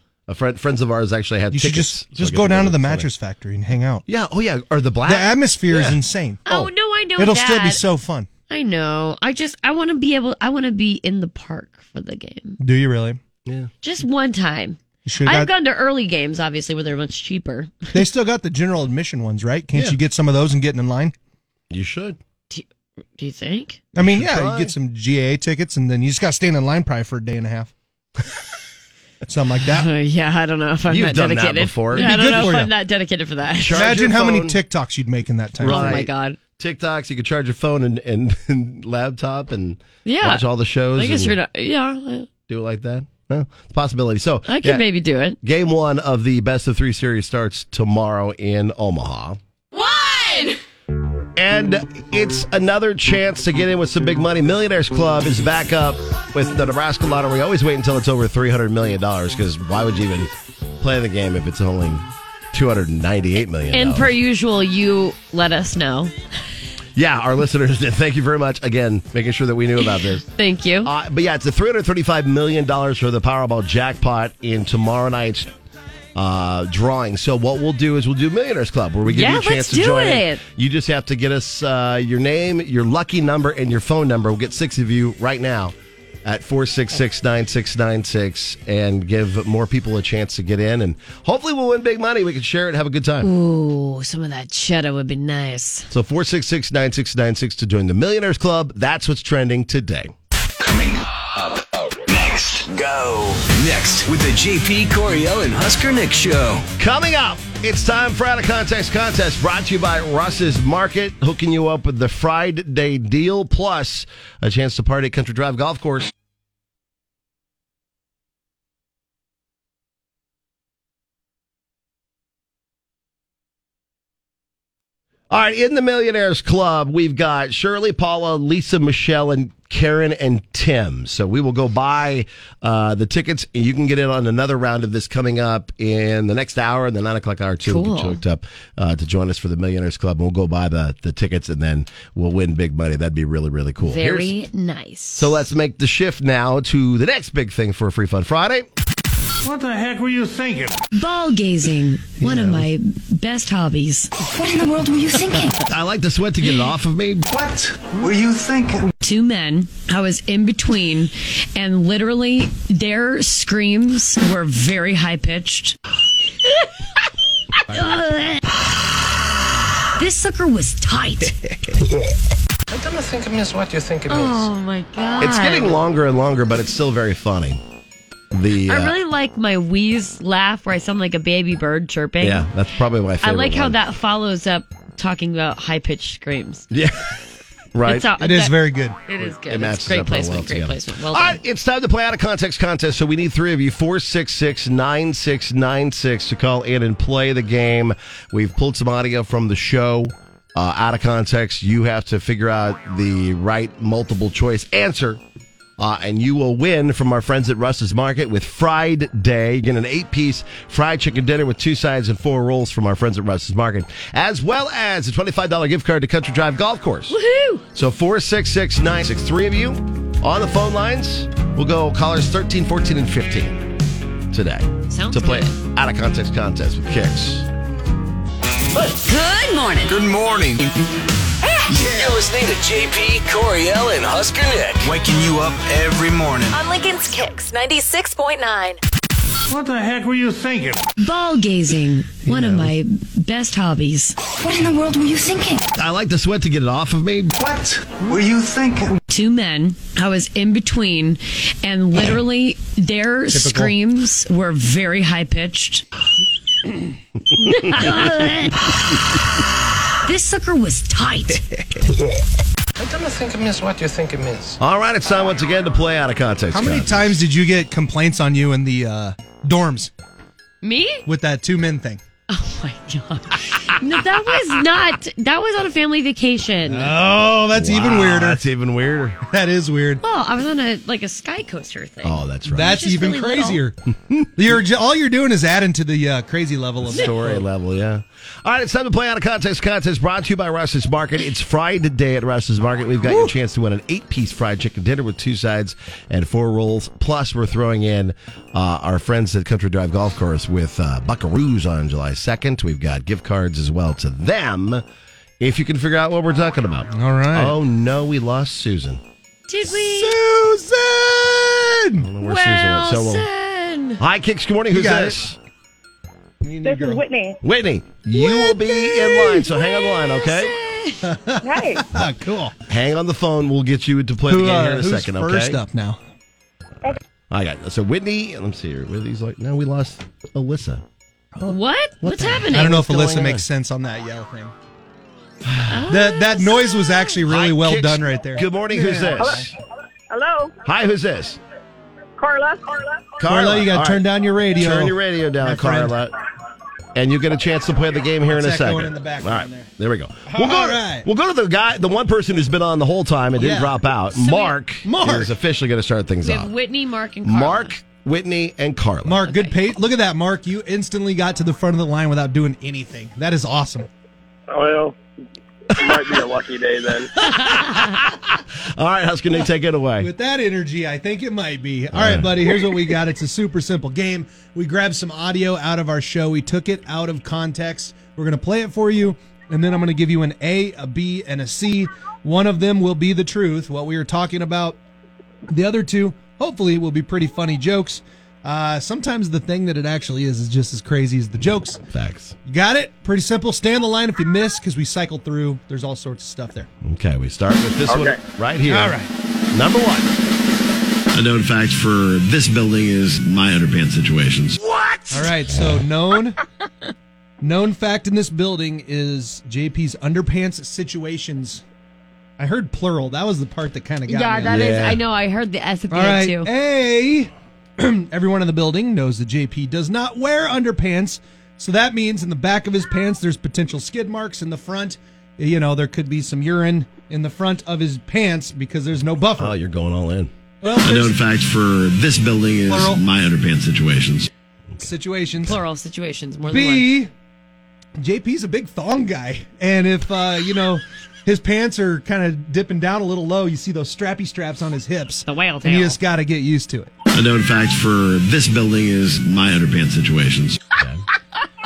Yeah. A friend, friends of ours actually have You should tickets. just so just I go get down go to the Sunday. mattress factory and hang out. Yeah. Oh yeah. Or the black. The atmosphere is Yeah. insane. Oh, no, I know. It'll still be that. so fun. I know. I just I want to be able. I want to be in the park for the game, Do you really? Yeah. just one time. You should I've have got, gone to early games, obviously, where they're much cheaper. they still got the general admission ones, right? Can't Yeah. you get some of those and getting in line? You should. Do you think? I mean, You yeah, should you try. get some GA tickets and then you just got to stand in line probably for a day and a half. Something like that. Uh, yeah, I don't know if I'm You've that done that dedicated. before. Yeah, I It'd be don't good know for if you. I'm that dedicated for that. Charge Imagine your how many phone. TikToks you'd make in that time. Right. Oh my god. TikToks. You could charge your phone and, and, and laptop and Yeah. watch all the shows. I guess and we're not. Yeah, Do it like that. No, it's a possibility. So I could maybe do it. Game one of the best of three series starts tomorrow in Omaha. One. And it's another chance to get in with some big money. Millionaires Club is back up with the Nebraska lottery. Always wait until it's over three hundred million dollars because why would you even play the game if it's only two hundred ninety-eight million? and per usual, you let us know. yeah, our listeners did. Thank you very much again, making sure that we knew about this. Thank you. Uh, but yeah, it's a three hundred thirty-five million dollars for the Powerball jackpot in tomorrow night's uh, drawing. So what we'll do is we'll do Millionaires Club, where we give Yeah, you a chance let's to do join. in. it. You just have to get us uh, your name, your lucky number, and your phone number. We'll get six of you right now at 466-9696 and give more people a chance to get in and hopefully we'll win big money we can share it have a good time Ooh, some of that cheddar would be nice. so 466-9696 to join the millionaires club that's what's trending today Up next, go. Next with the JP Coriel and Husker Nick show. Coming up, it's time for Out of Context Contest brought to you by Russ's Market, hooking you up with the Friday deal plus a chance to party at Country Drive Golf Course. All right, in the Millionaires Club, we've got Shirley, Paula, Lisa, Michelle, and Karen and Tim. So we will go buy uh, the tickets, and you can get in on another round of this coming up in the next hour, in the nine o'clock hour too. We'll get you Cool. hooked up uh, to join us for the Millionaires Club, and we'll go buy the the tickets, and then we'll win big money. That'd be really really cool. Very Here's- nice. so let's make the shift now to the next big thing for Free Fun Friday. What the heck were you thinking? Ball gazing, one of my best hobbies. What in the world were you thinking? I like the sweat to get it off of me. What were you thinking? Two men. I was in between, and literally their screams were very high pitched. this sucker was tight. I don't think it means what you think it means. oh my god! It's getting longer and longer, but it's still very funny. The uh, I really like my wheeze laugh where I sound like a baby bird chirping. yeah, that's probably my I favorite. like how one. that follows up talking about high pitched screams. Yeah. Right. It's uh, all- It is that- very good. it is good. It's matches great up real placement, great placement. Well all right, it's time to play out of context contest. So we need three of you, 466-9696 to call in and play the game. We've pulled some audio from the show. Uh, out of context, you have to figure out the right multiple choice answer. Uh, and you will win from our friends at Russ's Market with Fried Day. You get an eight piece fried chicken dinner with two sides and four rolls from our friends at Russ's Market, as well as a $25 gift card to Country Drive Golf Course. Woohoo! So 466963 three of you on the phone lines. We'll go callers 13, 14, and 15 today Sounds to play out of context contest with kicks. Good morning. Good morning. You're listening to JP Coriel and Husker Nick. Waking you up every morning. On Lincoln's Kicks 96.9. What the heck were you thinking? Ball gazing, one of my best hobbies. What in the world were you thinking? I like the sweat to get it off of me. What were you thinking? Two men. I was in between, and literally their Typical. screams were very high pitched. this sucker was tight. I don't think it means what you think it means. All right, it's time once again to play out of context. How many Scott. times did you get complaints on you in the uh, dorms Me? Oh with that two men thing? No, that was not. That was on a family vacation. Oh, that's even Wow, weirder. That's even weirder. That is weird. Well, I was on a like a sky coaster thing. Oh, that's right. That's It's just even really crazier. you're ju- all you're doing is adding to the uh, crazy level of Story level, yeah. All right, it's time to play out of context. Contest brought to you by Russ's Market. It's Friday day at Russ's Market. We've got your chance to win an eight-piece fried chicken dinner with two sides and four rolls. Plus, we're throwing in uh, our friends at Country Drive Golf Course with uh, Buckaroos on July second. We've got gift cards as well to them if you can figure out what we're talking about. All right. Oh no, we lost Susan. Did we? Susan. I don't know where Susan went, um, so we'll- Hi, Kicks. Good morning. You Who's got this? This is Whitney. Whitney. You will be in line, so hang on the line, okay? Hey, Ah, cool. Hang on the phone. We'll get you to play Who, the game uh, here in a who's second. Okay. first up now? I got so Whitney. Let me see here. Whitney's like, no, we lost Alyssa. What? What's happening? I don't know if What's going Alyssa on? makes sense on that yell thing. that that noise was actually Oh. really well Kicks. done right there. Good morning. Who's this? hello, Hi. Who's this? Carla. Carla. Carla, you gotta All turn down your radio, Turn your radio down, my friend. Carla. And you get a chance to play the game here in a What's that second. going in the All background right, there. we go. All We'll go, right. we'll go to the guy, the one person who's been on the whole time and didn't Yeah. drop out. So we- Mark, Mark. is officially going to start things We off. have Whitney, Mark, and Carla. Mark, Whitney, and Carla. Mark, good pace. Look at that, Mark. You instantly got to the front of the line without doing anything. That is awesome. Well, it might be a lucky day then. All right, Husker Nick, take it away. With that energy, I think it might be. All right, buddy, here's what we got. It's a super simple game. We grabbed some audio out of our show, we took it out of context. We're going to play it for you, and then I'm going to give you an A, a B, and a C. One of them will be the truth, what we are talking about. The other two, hopefully, will be pretty funny jokes. Uh, sometimes the thing that it actually is is just as crazy as the jokes. Facts. You got it? Pretty simple. Stay on the line if you miss because we cycle through. There's all sorts of stuff there. Okay, we start with this one Okay. right here. All right. Number one. A known fact for this building is my underpants situations. What? All right, so known known fact in this building is JP's underpants situations. I heard plural. That was the part that kind of got Yeah, me. that is. I know. I heard the S at the All end right, too. A. Everyone in the building knows that JP does not wear underpants, so that means in the back of his pants there's potential skid marks. In the front, you know, there could be some urine in the front of his pants because there's no buffer. Oh, you're going all in. a known fact for this building is Plural. my underpants situations. situations. Plural situations. More than B. JP's a big thong guy, and if uh, you know his pants are kind of dipping down a little low, you see those strappy straps on his hips. The whale tail. You just got to get used to it. A known fact for this building is my underpants situations.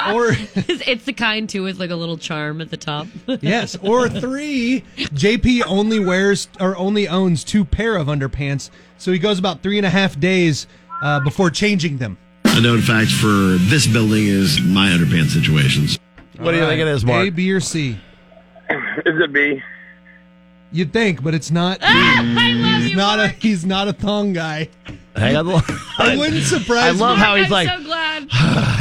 Or one. it's the kind too with like a little charm at the top. yes, or three. JP only wears or only owns two pair of underpants, so he goes about three and a half days uh, before changing them. A known fact for this building is my underpants situations. What do you think it is, Mark? A, B, or C? Is it B? You'd think, but it's not. Ah, I love he's Mm, not a he's not a thong guy. Hang on the line. It wouldn't surprise I love me. how he's like, glad.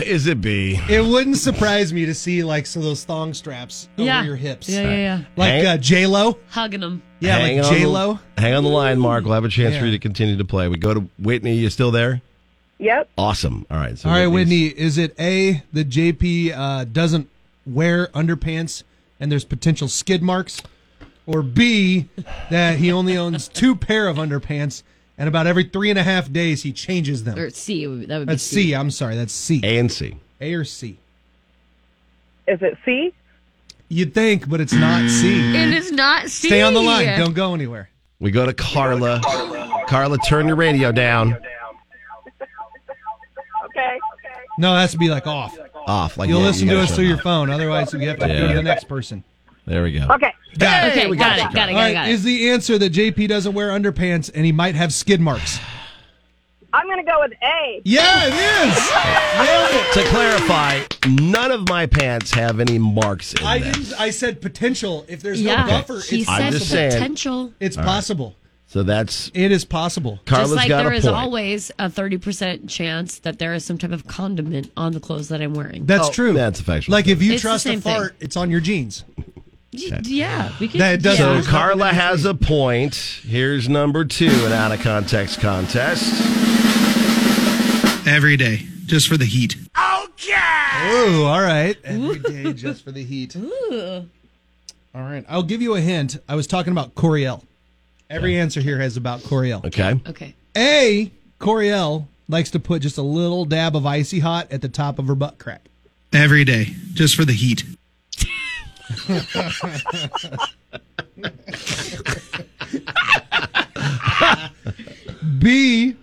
is it B? It wouldn't surprise me to see like so those thong straps over Yeah. your hips. Yeah, yeah, yeah. Like Hang- uh, J Lo. Hugging them. Yeah, Hang like on the- J Lo. Hang on the line, Mark. We'll have a chance for Yeah. you to continue to play. We go to Whitney. You still there? Yep. Awesome. All right. So All right, Whitney's- Whitney. Is it a that JP uh, doesn't wear underpants and there's potential skid marks, or B that he only owns two pair of underpants and about every three and a half days he changes them? Or Er, C. it would- That would be That's C. I'm sorry. That's C. A and C. A or C. Is it C? You'd think, but it's not C. It is not C. Stay on the line. Don't go anywhere. We go to Carla. Carla, turn your radio down. Okay. No, that's be like off. Off. Like You'll yeah, listen you to gotta us shut through it your off. phone. Otherwise, we have to go Yeah. to the next person. There we go. Okay. Got Okay, it. got it, got it, got it, got it. Is the answer that JP doesn't wear underpants and he might have skid marks? I'm gonna go with A. Yeah, it is. To clarify, none of my pants have any marks in I them. didn't. I said potential. If there's Yeah. no buffer, He it's I'm said just saying. potential. It's All right. possible. So that's it is possible. Carla's Just like got there a is point. always a 30% chance that there is some type of condiment on the clothes that I'm wearing. That's true. Oh, That's a factual. Like if you It's the trust a same thing. fart, it's on your jeans. yeah, we could. That yeah. doesn't. So Carla has a point. Here's number two, an out of context contest. Every day, just for the heat. Ooh, all right. Every day just for the heat. Ooh. All right. I'll give you a hint. I was talking about Coriel. Every answer here has about Coriel. Okay. Okay. A, Coriel likes to put just a little dab of icy hot at the top of her butt crack. Every day, just for the heat. B,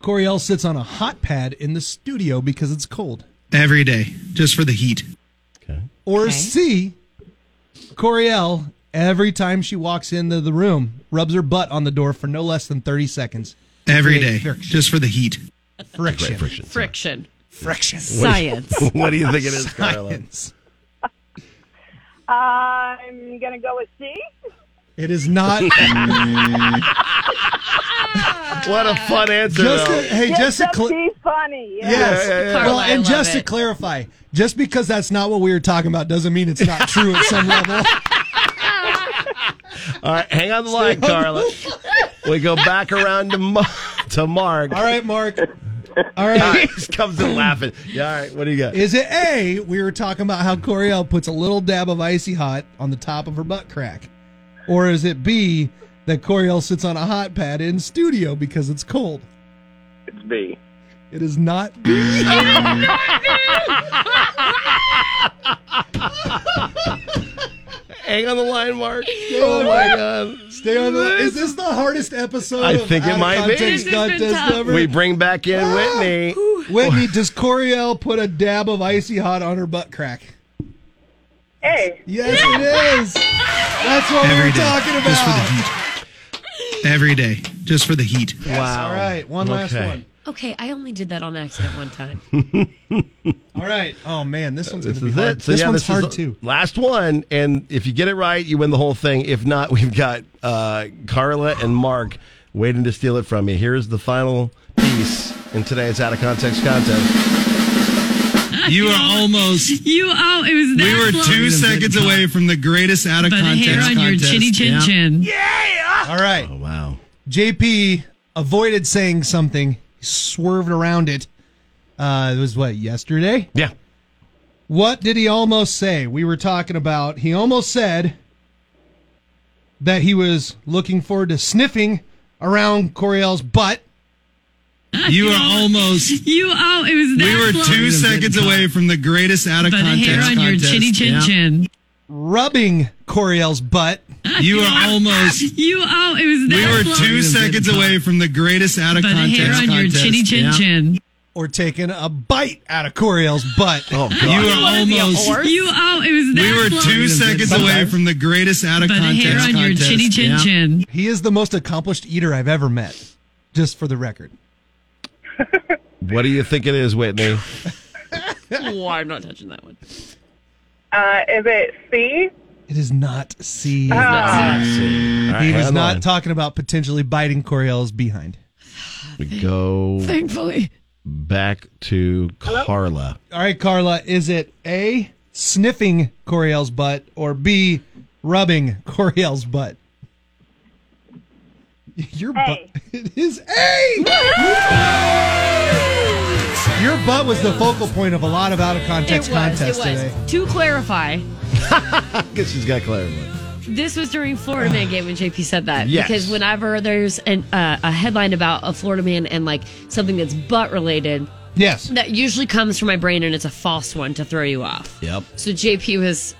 Coriel sits on a hot pad in the studio because it's cold. Every day, just for the heat. Or C, Coriel, every time she walks into the room, rubs her butt on the door for no less than 30 seconds. Every Create day, just for the heat. Friction. Friction. Friction. Friction. Science. what do you think it is, Carla? I'm gonna go with C. It is not. what a fun answer. Just to- though. hey, just to cl- Be funny. Yeah. Yes. Well, and just to it. clarify, just because that's not what we were talking about doesn't mean it's not true at some level. All right, hang on the line, Carla. We go back around to, Ma- to Mark. All right, Mark. All right. he comes in laughing. Yeah, all right, what do you got? Is it A? We were talking about how Coriel puts a little dab of icy hot on the top of her butt crack, or is it B that Coriel sits on a hot pad in studio because it's cold? It's B. It is not B. Hang on the line, Mark. Oh my God! Stay on the. Is this the hardest episode? I of think it Out of might be. Context This has been Contest tough. ever? We bring back in Whitney. Whitney, does Coriel put a dab of icy hot on her butt crack? Hey. Yes, it is. That's what we Every were day, talking about. just for the heat. Every day, just for the heat. Yes, All right, one last one. Okay, I only did that on accident one time. All right. Oh man, this one's This gonna be is hard. it. So, this yeah, one's is hard the too. Last one, and if you get it right, you win the whole thing. If not, we've got uh, Carla and Mark waiting to steal it from you. Here's the final piece in today's out of context contest. You are almost. You oh, it was that We were close. two seconds away from the greatest out of By the context hair on your contest. chinny chin Yeah. chin. All right. Oh wow. JP avoided saying something. He swerved around it. Uh, it was what yesterday. Yeah. What did he almost say? We were talking about. He almost said that he was looking forward to sniffing around Coriel's butt. You are almost. You oh, it was that We were close. two seconds away from the greatest out of By the context hair on your contest. chinny chin Yeah. chin. Rubbing Coriel's butt. You are almost. You oh, it was We that were close. two seconds away from the greatest out of By the context hair on your contest. chinny chin Yeah. chin. Or taking a bite out of Coriel's butt. Oh, You are almost. You oh, it was that We were close. two seconds away from the greatest out of By the context hair on your contest. chinny chin Yeah. chin. He is the most accomplished eater I've ever met, just for the record. What do you think it is, Whitney? oh, I'm not touching that one. Uh, is it C? It is not C. Ah. All right, he hang was on the not line. talking about potentially biting Coriel's behind. We go Thankfully. back to Carla. All right, Carla, is it A, sniffing Coriel's butt, or B, rubbing Coriel's butt? Your butt. It is A! Your butt was the focal point of a lot of out of context it was. It contests was. today. To clarify, I guess she's got Claire. This was during Florida Man game when JP said that Ah. Yes. because whenever there's an, uh, a headline about a Florida man and like something that's butt related, yes, that usually comes from my brain and it's a false one to throw you off. Yep. So JP was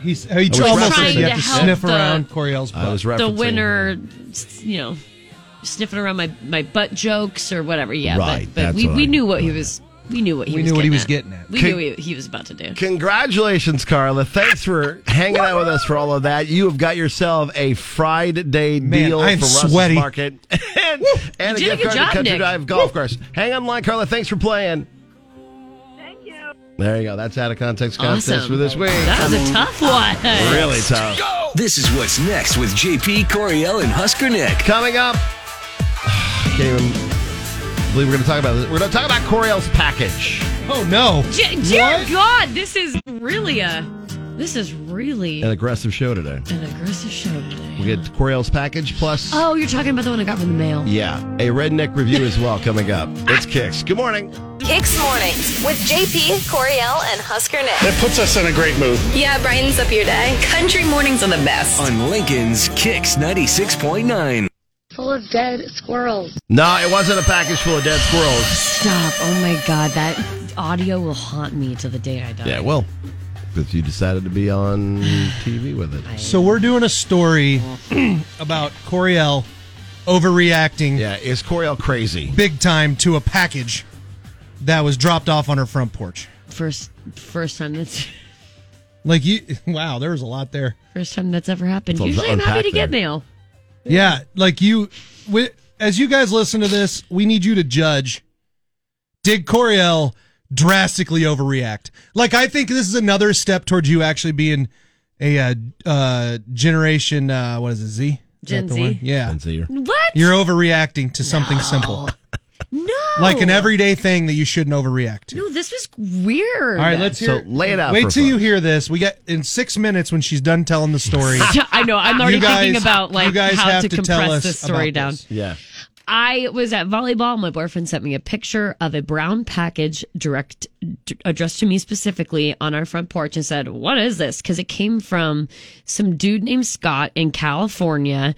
He's, he was told us trying that you to have to help uh, sniff the- around Coriel's butt. I was referencing. the winner, s- you know, sniffing around my, my butt jokes or whatever. Yeah, Right, but, but that's we, what we I- knew what he was. We knew what he We was knew what he getting was at. getting at. We Con- knew what he was about to do. Congratulations, Carla. Thanks for hanging out with us for all of that. You have got yourself a Friday day Man, deal I am for Russ's sweaty. Market and, and a You did a gift good card job, to Country Nick. Dive Golf Course. Hang on the line, Carla. Thanks for playing. Thank you. There you go. That's out of context contest Awesome. for this week. That was a tough one. Really tough. This is what's next with JP Coriel and Husker Nick. Coming up. Can't even believe we're going to talk about this. We're going to talk about Coriel's package. Oh no! J- dear God, this is really a this is really An aggressive show today. an aggressive show today. We get Coriel's package plus. Oh, you're talking about the one I got from the mail. Yeah, a redneck review as well coming up. It's Kicks. Good morning. Kicks Mornings with JP, Coriel, and Husker Nick. puts us in a great mood. Yeah, brightens up your day. Country mornings are the best. On Lincoln's Kicks 96.9. Full of dead squirrels. No, it wasn't a package full of dead squirrels. Stop. Oh my God. That audio will haunt me to the day I die. Yeah, well, because you decided to be on TV with it. So we're doing a story about Coriel overreacting. Yeah, is Coriel crazy? Big time to a package that was dropped off on her front porch. First, first time that's Like you, wow, there was a lot there. first time that's ever happened. It's a- Usually, I'm happy unpack to get there. mail. Yeah, like you, wi- as you guys listen to this, we need you to judge. Did Coriel drastically overreact? Like, I think this is another step towards you actually being a uh, uh, generation. Uh, what is it? Z. Is Gen that the Z. one? Yeah. Gen Z. What? You're overreacting to something simple. No. Like an everyday thing that you shouldn't overreact to. No, this was weird. All right, let's hear. Wait till you hear this. We got in six minutes when she's done telling the story. I know. I'm You already thinking guys- about you like guys how have to, to tell compress us this story about down. this. Yeah. I was at volleyball. My boyfriend sent me a picture of a brown package direct d- addressed to me specifically on our front porch and said, "What is this?" Because it came from some dude named Scott in California,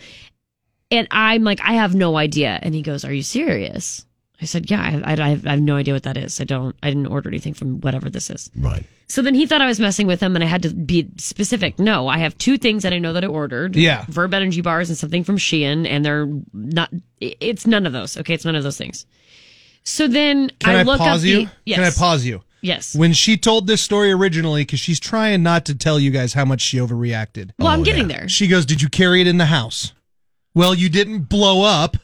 and I'm like, I have no idea. And he goes, Are you serious? I said, Yeah, I, I, I have I have no idea what that is. I don't. I didn't order anything from whatever this is. Right. So then he thought I was messing with him, and I had to be specific. No, I have two things that I know that I ordered. Yeah. Verb energy bars and something from Shein, and they're not. i- It's none of those. Okay, it's none of those things. So then Can I, look pause up you? the yes. Can I pause you? Yes. When she told this story originally, because she's trying not to tell you guys how much she overreacted. Well, I'm getting there. She goes, "Did you carry it in the house?" Well, you didn't blow up,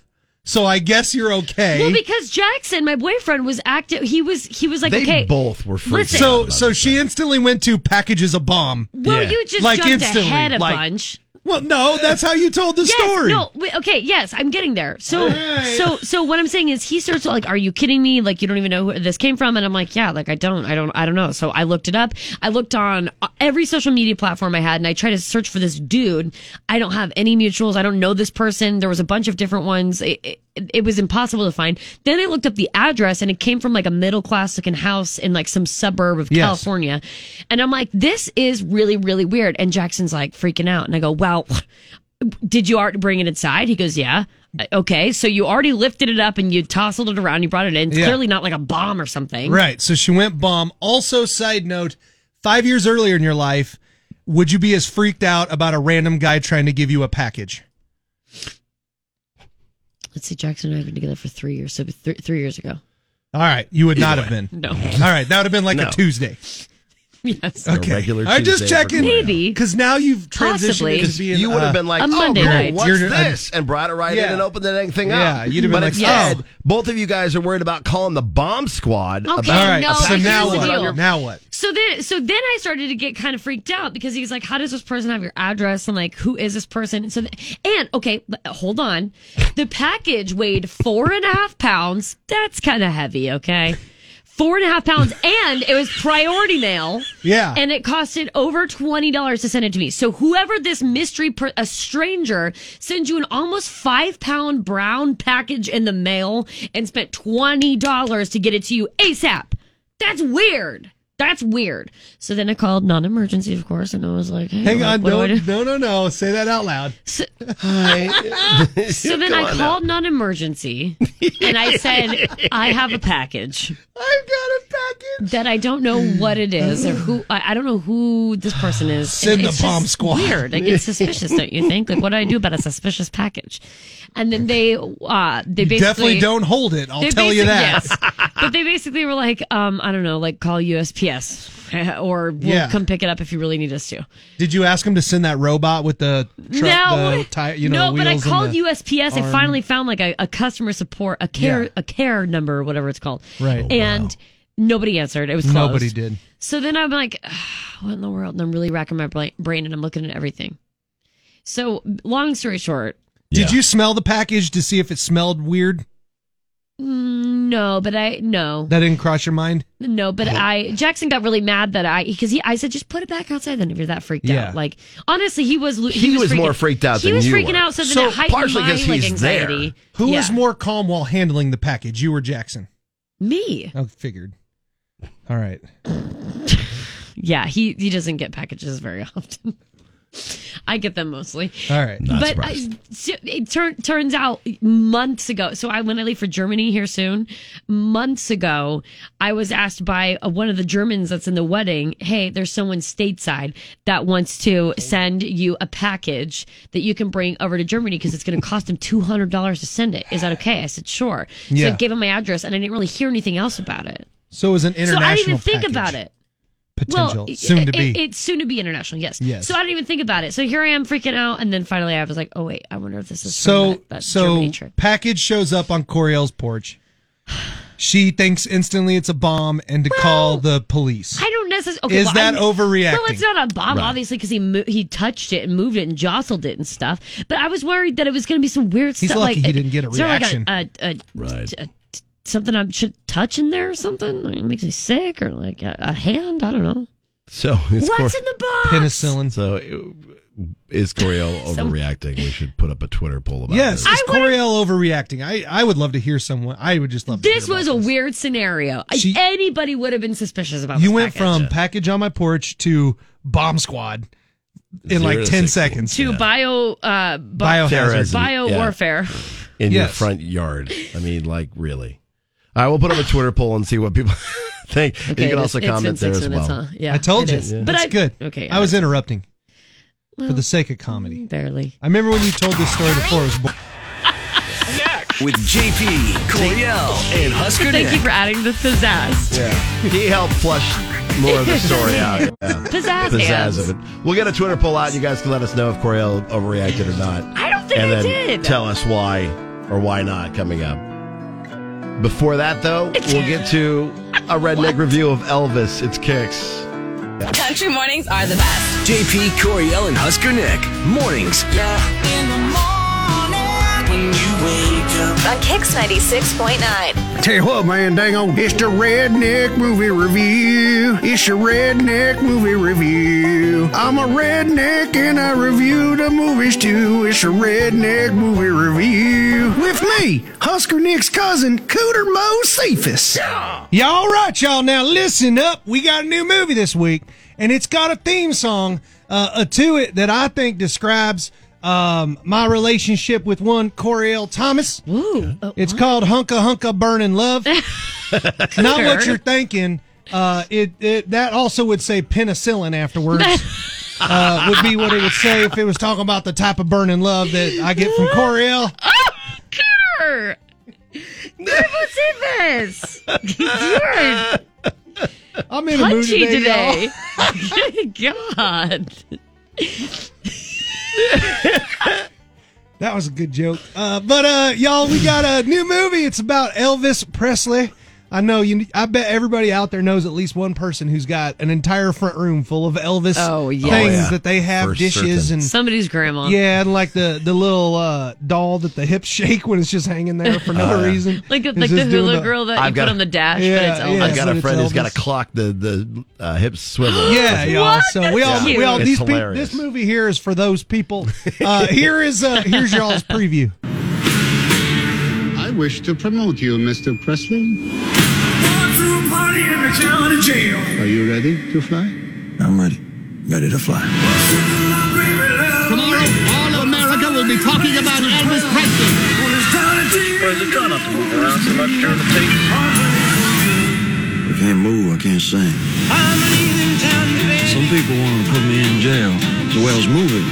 so I guess you're okay. Well, because Jackson, my boyfriend, was active. He was he was like, They okay, both were Listen, So, so she instantly went to packages a bomb. Well, you just like jumped instantly, ahead a like- bunch. Well, no, that's how you told the yes, story. No, wait, okay, yes, I'm getting there. So, so, so what I'm saying is, he starts like, "Are you kidding me? Like, you don't even know where this came from?" And I'm like, "Yeah, like I don't, I don't, I don't know." So I looked it up. I looked on every social media platform I had, and I tried to search for this dude. I don't have any mutuals. I don't know this person. There was a bunch of different ones. It, it, it was impossible to find. Then I looked up the address, and it came from like a middle class looking house in like some suburb of Yes. California. California. And I'm like, this is really, really weird. And Jackson's like freaking out. And I go, well, did you already bring it inside? He goes, yeah. I- Okay. So you already lifted it up and you tousled it around. You brought it in. It's Yeah. clearly not like a bomb or something. Right. So she went bomb. Also, side note, five years earlier in your life, would you be as freaked out about a random guy trying to give you a package? Let's see. Jackson and I have been together for three years. So th- three years ago. All right. You would not Either have way. been. No. All right. That would have been like No. a Tuesday. Yes. Okay. regular I'm just Tuesday for checking. Maybe. Because now you've transitioned Possibly. into being. you would have uh, been like, a oh, Monday girl, night. what's You're- I'm- this? and brought it right in Yeah. and opened the dang thing up. Yeah, you'd have been but like, instead, oh. both of you guys are worried about calling the bomb squad. Okay, about All right, no, so now the deal. what? Now what? So then, so then I started to get kind of freaked out because he's like, "How does this person have your address?" And like, "Who is this person?" And so, th- and okay, but hold on, the package weighed four and a half pounds. That's kind of heavy, okay. Four and a half pounds, and it was priority mail. Yeah. and it costed over twenty dollars to send it to me. So whoever this mystery, per- a stranger, sends you an almost five pound brown package in the mail and spent twenty dollars to get it to you ASAP. That's weird. That's weird. So then I called non-emergency, of course, and I was like, hey, Hang like, on. what do No, I do? no, no, no. Say that out loud. So then I Come on called non-emergency, and I said, I have a package. I've got a package that I don't know what it is or who. I, I don't know who this person is. Send And the it's bomb just squad. Weird. Like it's suspicious, don't you think? Like what do I do about a suspicious package? And then they, uh, they basically Definitely don't hold it. I'll they tell you basic- that. Yes. but they basically were like, um, I don't know, like call USPS or we'll Yeah. come pick it up if you really need us to. Did you ask him to send that robot with the truck, no, the tire, you know, no, but I wheels and called the USPS. I arm? finally found like a, a customer support, a care, Yeah. a care number, or whatever it's called. Right. Oh, and nobody answered. It was closed. Nobody did. So then I'm like, "Ah, what in the world? And I'm really racking my bla- brain, and I'm looking at everything. So long story short, Did you smell the package to see if it smelled weird? mm, No, but I no. That didn't cross your mind? No, but I Jackson got really mad that I because he I said just put it back outside then if you're that freaked Yeah. out. Like honestly, he was lo- He was more freaked out He than was you freaking were. out, so then it heightened my like anxiety. Who yeah. was more calm while handling the package, you or Jackson? Me. I figured. All right. Yeah, he he doesn't get packages very often. I get them mostly. All right. Not but I, surprised. so it turn, turns out months ago. So I when I leave for Germany here soon, months ago, I was asked by uh one of the Germans that's in the wedding, "Hey, there's someone stateside that wants to send you a package that you can bring over to Germany because it's going to cost them two hundred dollars to send it. Is that okay?" I said, "Sure." So Yeah. I gave him my address, and I didn't really hear anything else about it. So it was an So international I didn't even think package. about it Potential. it- Soon to be. it- it's soon to be international. Yes. Yes. So I didn't even think about it. So here I am freaking out, and then finally I was like, oh wait, I wonder if this is from so that, that so Germany trip. package shows up on Coriel's porch. She thinks instantly it's a bomb and to call the police. I don't necessarily. Okay, Is well, that I- overreacting? Well, it's not a bomb, Right. obviously, because he mo- he touched it and moved it and jostled it and stuff. But I was worried that it was going to be some weird He's stuff. lucky like, he didn't get a is there, like, reaction. a, a, right. something I should touch in there or something. Like, it makes me sick, or like a, a hand. I don't know. So it's What's in the box? Penicillin. So it- is Coriel Some- overreacting? We should put up a Twitter poll about Yes, this. is Coriel overreacting? I, I would love to hear someone. I would just love to. This was a weird scenario. I- Anybody would have been suspicious about. You this went package. from package on my porch to bomb squad in Zero like to 10 six seconds. to bio uh bi- Biohazard. bio Yeah. warfare. in your Yes. front yard. I mean, like really. All right, we'll put up a Twitter poll and see what people think. And you can also comment there as well. Yeah, I told it you. is. But But That's I- good. okay, I was interrupting for Well, the sake of comedy. Barely. I remember when you told this story before. It was bo- With JP, Coriel, and Husker Thank you Nick. for adding the pizzazz. Yeah. He helped flush more of the story out. Yeah. Pizzazz hands. of it. We'll get a Twitter poll out. You guys can let us know if Coriel overreacted or not. I don't think and I then did. Tell us why or why not coming up. Before that, though, we'll get to a redneck review of Elvis. It's Kicks. Country mornings are the best. JP, Coriel, and Husker Nick. Mornings. On Kix 96.9. Tell you what, man, dang on. It's the Redneck Movie Review. It's your Redneck Movie Review. I'm a redneck and I review the movies too. It's a Redneck Movie Review. With me, Husker Nick's cousin, Cooter Mo Cephas. Yeah, all right, y'all. Now listen up. We got a new movie this week, and it's got a theme song uh, uh, to it that I think describes um, my relationship with one Coriel Thomas. Ooh, it's called "Hunka Hunka Burning Love." Not what you're thinking. Uh, it, it that also would say penicillin afterwards. uh, would be what it would say if it was talking about the type of burning love that I get from Coriel. Oh, Peter! Nervous Ibis! You're I'm in a mood punchy today, today. God. That was a good joke. Uh, but uh, y'all, we got a new movie. It's about Elvis Presley. I know you. I bet everybody out there knows at least one person who's got an entire front room full of Elvis Oh, yeah. things Oh, yeah. that they have For dishes certain. and Somebody's grandma. Yeah, and like the the little uh, doll that the hips shake when it's just hanging there for no Oh, yeah. reason. Like, It's like the just doing hula girl that I've you put got a- on the dash, Yeah, but it's I've Elvis. got a friend who's got Elvis. to clock the the uh, hip swivel. Yeah, y'all. So we all, we all. It's These people, hilarious. this movie here is for those people. Uh, here is uh, here's y'all's preview. I wish to promote you, Mr. Presley. Party in the county jail. Are you ready to fly? I'm ready. Ready to fly. Tomorrow, all of America will be talking about Elvis Presley. Where's the gun up to move around so much during the I can't move, I can't sing. Some people want to put me in jail as well as moving.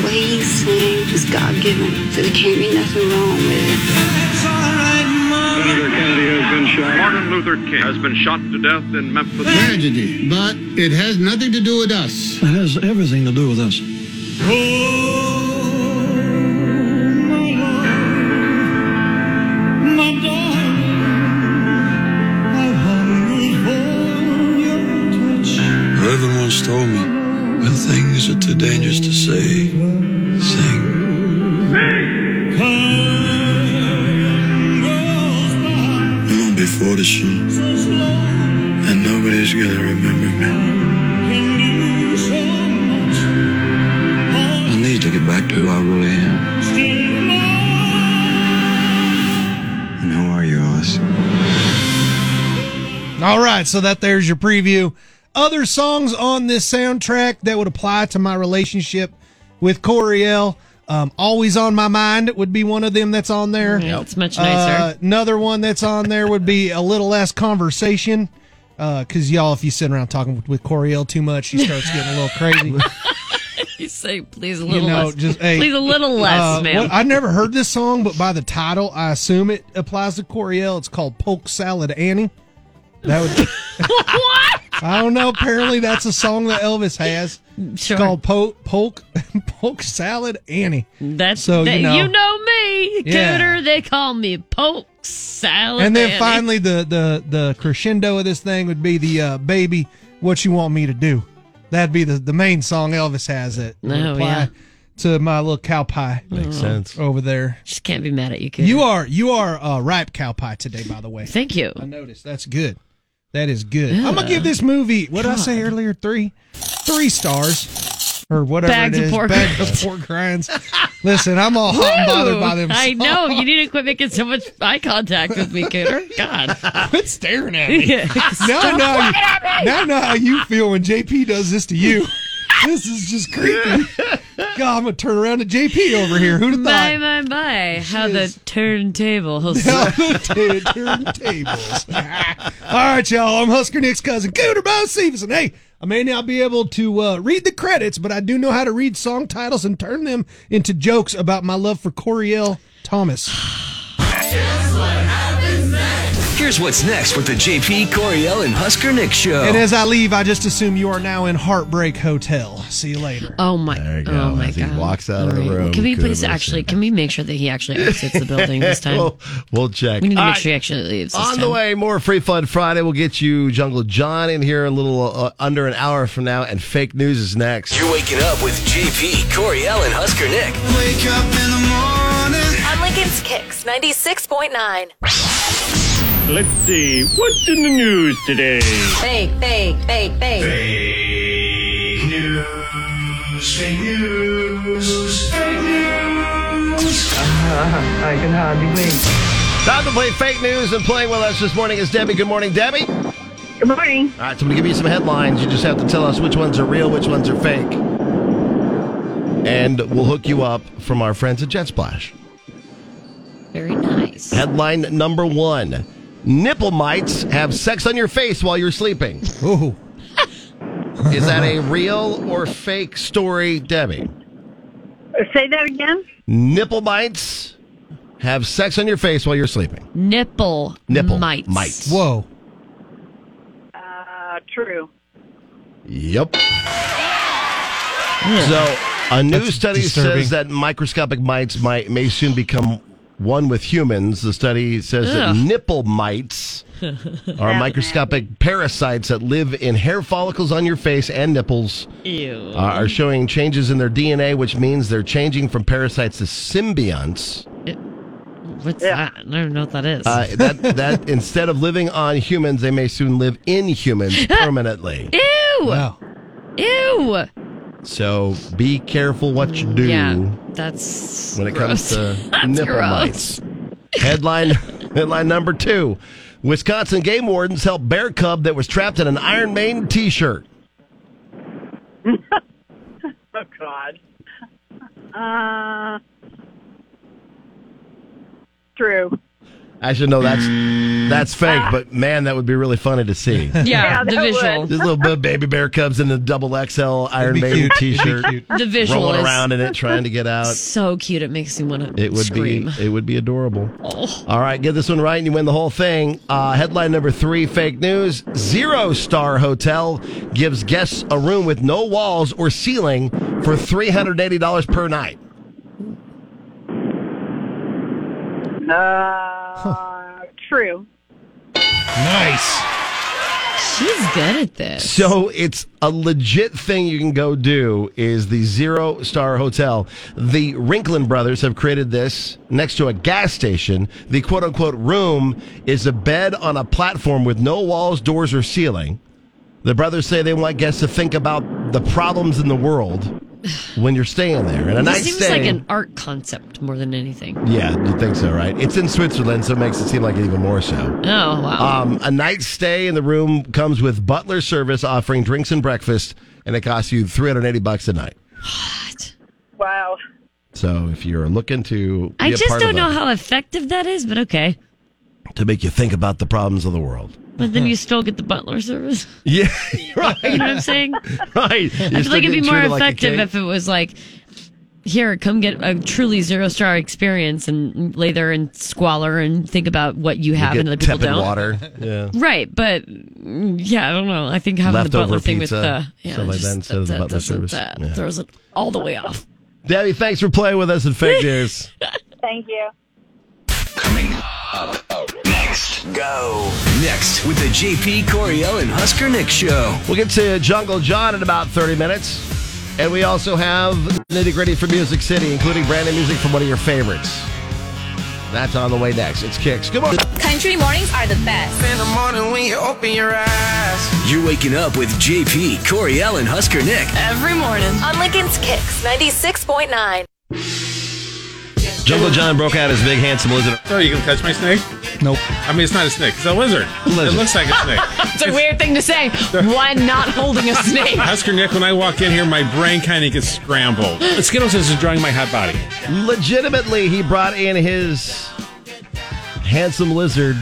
The way you sing is God given, so there can't be nothing wrong with it. Senator Kennedy has been shot. Martin Luther King has been shot to death in Memphis. Tragedy, but it has nothing to do with us. It has everything to do with us. Reverend once told me, when things are too dangerous to say, sing. and nobody's gonna remember me. I need to get back to who I really am. And who are you, Oz? All right, so that there's your preview. Other songs on this soundtrack that would apply to my relationship with Coriel. Um, Always on my mind would be one of them that's on there. Yeah, it's much nicer. Uh, another one that's on there would be a little less conversation. Because y'all, if you sit around talking with Coriel too much, she starts getting a little crazy. you say please a You little know, less. just, hey, please a little less, uh, man. what- I never heard this song, but by the title, I assume it applies to Coriel. It's called Poke Salad Annie. That would. what? I don't know. Apparently, that's a song that Elvis has. It's called Poke Poke Poke Salad Annie. That's so They- you know. me, Yeah. Cooter. They call me Poke Salad. and then Annie. finally, the the the crescendo of this thing would be the uh, baby. What you want me to do? That'd be the the main song Elvis has that would Oh, apply yeah. Mm. to my little cow pie. Oh. Makes sense. over there. Just can't be mad at you, Cooter. You are you are uh, ripe cow pie today, by the way. Thank you. I noticed. That's good. That is good. I'm Yeah. gonna give this movie. What did I say earlier? Three, three stars, or whatever Bags it of is. pork Bags of rinds. pork rinds. Listen, I'm all hot and bothered by them. I know. You need to quit making so much eye contact with me, Cooter. God. Quit staring at me. Yeah. Now I Stop know how you- looking at me. now I know how you feel when JP does this to you. this is just creepy. God, I'm gonna turn around to JP over here. Who'd have My, thought? my, my. How the turntable. Down the turntables. All right, y'all. I'm Husker Nick's cousin, Cooter Bo Stevenson. Hey, I may not be able to uh, read the credits, but I do know how to read song titles and turn them into jokes about my love for Coriel Thomas. Here's what's next with the JP Coriel and Husker Nick Oh. show. And as I leave, I just assume you are now in Heartbreak Hotel. See you later. Oh my! go. Oh my As he god! walks out of the All room, Can we could have please been actually? Can we make sure that he actually exits the building this time? we'll, we'll check. we need to All make right. sure he actually leaves. This On the time. way, more Free Fun Friday. We'll get you Jungle John in here a little uh, under an hour from now, and fake news is next. You're waking up with JP Coriel and Husker Nick. Wake up in the morning. On Lincoln's Kicks 96.9. Let's see, what's in the news today? Fake, fake, fake, fake. Fake news, fake news, fake news. Uh-huh. I can hardly wait. Time to play fake news, and playing with us this morning is Debbie. Good morning, Debbie. Good morning. All right, so I'm going to give you some headlines. You just have to tell us which ones are real, which ones are fake. And we'll hook you up from our friends at JetSplash. Very nice. Headline number one Nipple mites have sex on your face while you're sleeping. Ooh. Is that a real or fake story, Debbie? Say that again. Nipple mites have sex on your face while you're sleeping. Nipple. Nipple Mites. mites. Whoa. Uh, true. Yep. So, a new That's study disturbing. says that microscopic mites might may soon become one with humans. The study says Ugh. that nipple mites are microscopic parasites that live in hair follicles on your face and nipples. Ew. uh, are showing changes in their DNA, which means they're changing from parasites to symbionts. What's that? I don't know what that is. Uh, that that instead of living on humans, they may soon live in humans permanently. Ew. Ew. So be careful what you do Yeah. That's when it gross. comes to That's nipple mites. gross. Headline headline number two: Wisconsin game wardens help bear cub that was trapped in an Iron Maiden T-shirt. Oh God. Uh, true. I should know that's that's fake, but man, that would be really funny to see. Yeah, the visual. This little bit baby bear cubs in a double XL Iron be Maiden cute. T-shirt, It'd be cute. The visual rolling is- around in it, trying to get out. So cute. It makes me want to It would scream. be it would be adorable. Oh. All right, get this one right and you win the whole thing. Uh, headline number three: Fake news. Zero star hotel gives guests a room with no walls or ceiling for three hundred eighty dollars per night. Uh, true. Nice. She's good at this. So it's a legit thing you can go do is the zero star hotel. The Rinklin brothers have created this next to a gas station. The quote unquote room is a bed on a platform with no walls, doors, or ceiling. The brothers say they want guests to think about the problems in the world when you're staying there. And a This nice seems stay. like an art concept more than anything. yeah, you think so, right? It's in Switzerland, so it makes it seem like it even more so. Oh wow. Um, a night stay in the room comes with butler service offering drinks and breakfast, and it costs you 380 bucks a night. Wow. So if you're looking to, be I a just part don't of know a- how effective that is, but okay. to make you think about the problems of the world. But then you still get the butler service. Yeah, right. You know what I'm saying? right. You're still I feel like it'd be getting more treated like a effective king. if it was like, here, come get a truly zero star experience and lay there and squalor and think about what you have get and other people tepid don't. water. Yeah. Right, but mm, yeah, I don't know. I think having the Leftover butler thing with pizza, the yeah, stuff like just that instead of the butler doesn't- service. that Yeah. throws it all the way off. Debbie, thanks for playing with us in Fake News. Thank you. Next, go. Next with the JP Coriel and Husker Nick show. We'll get to Jungle John in about 30 minutes. And we also have nitty gritty for Music City, including brand new music from one of your favorites. That's on the way next. It's Kicks. Good morning. Country mornings are the best. In the morning when you open your eyes. You're waking up with JP Coriel and Husker Nick. Every morning. On Lincoln's Kicks 96.9. Jungle John broke out his big, handsome lizard. Are you gonna touch my snake? Nope. I mean, it's not a snake. It's a lizard. It looks like a snake. It's a weird thing to say. One not holding a snake. Husker Nick, when I walk in here, my brain kind of gets scrambled. Skittles is drawing my hot body. Legitimately, he brought in his handsome lizard.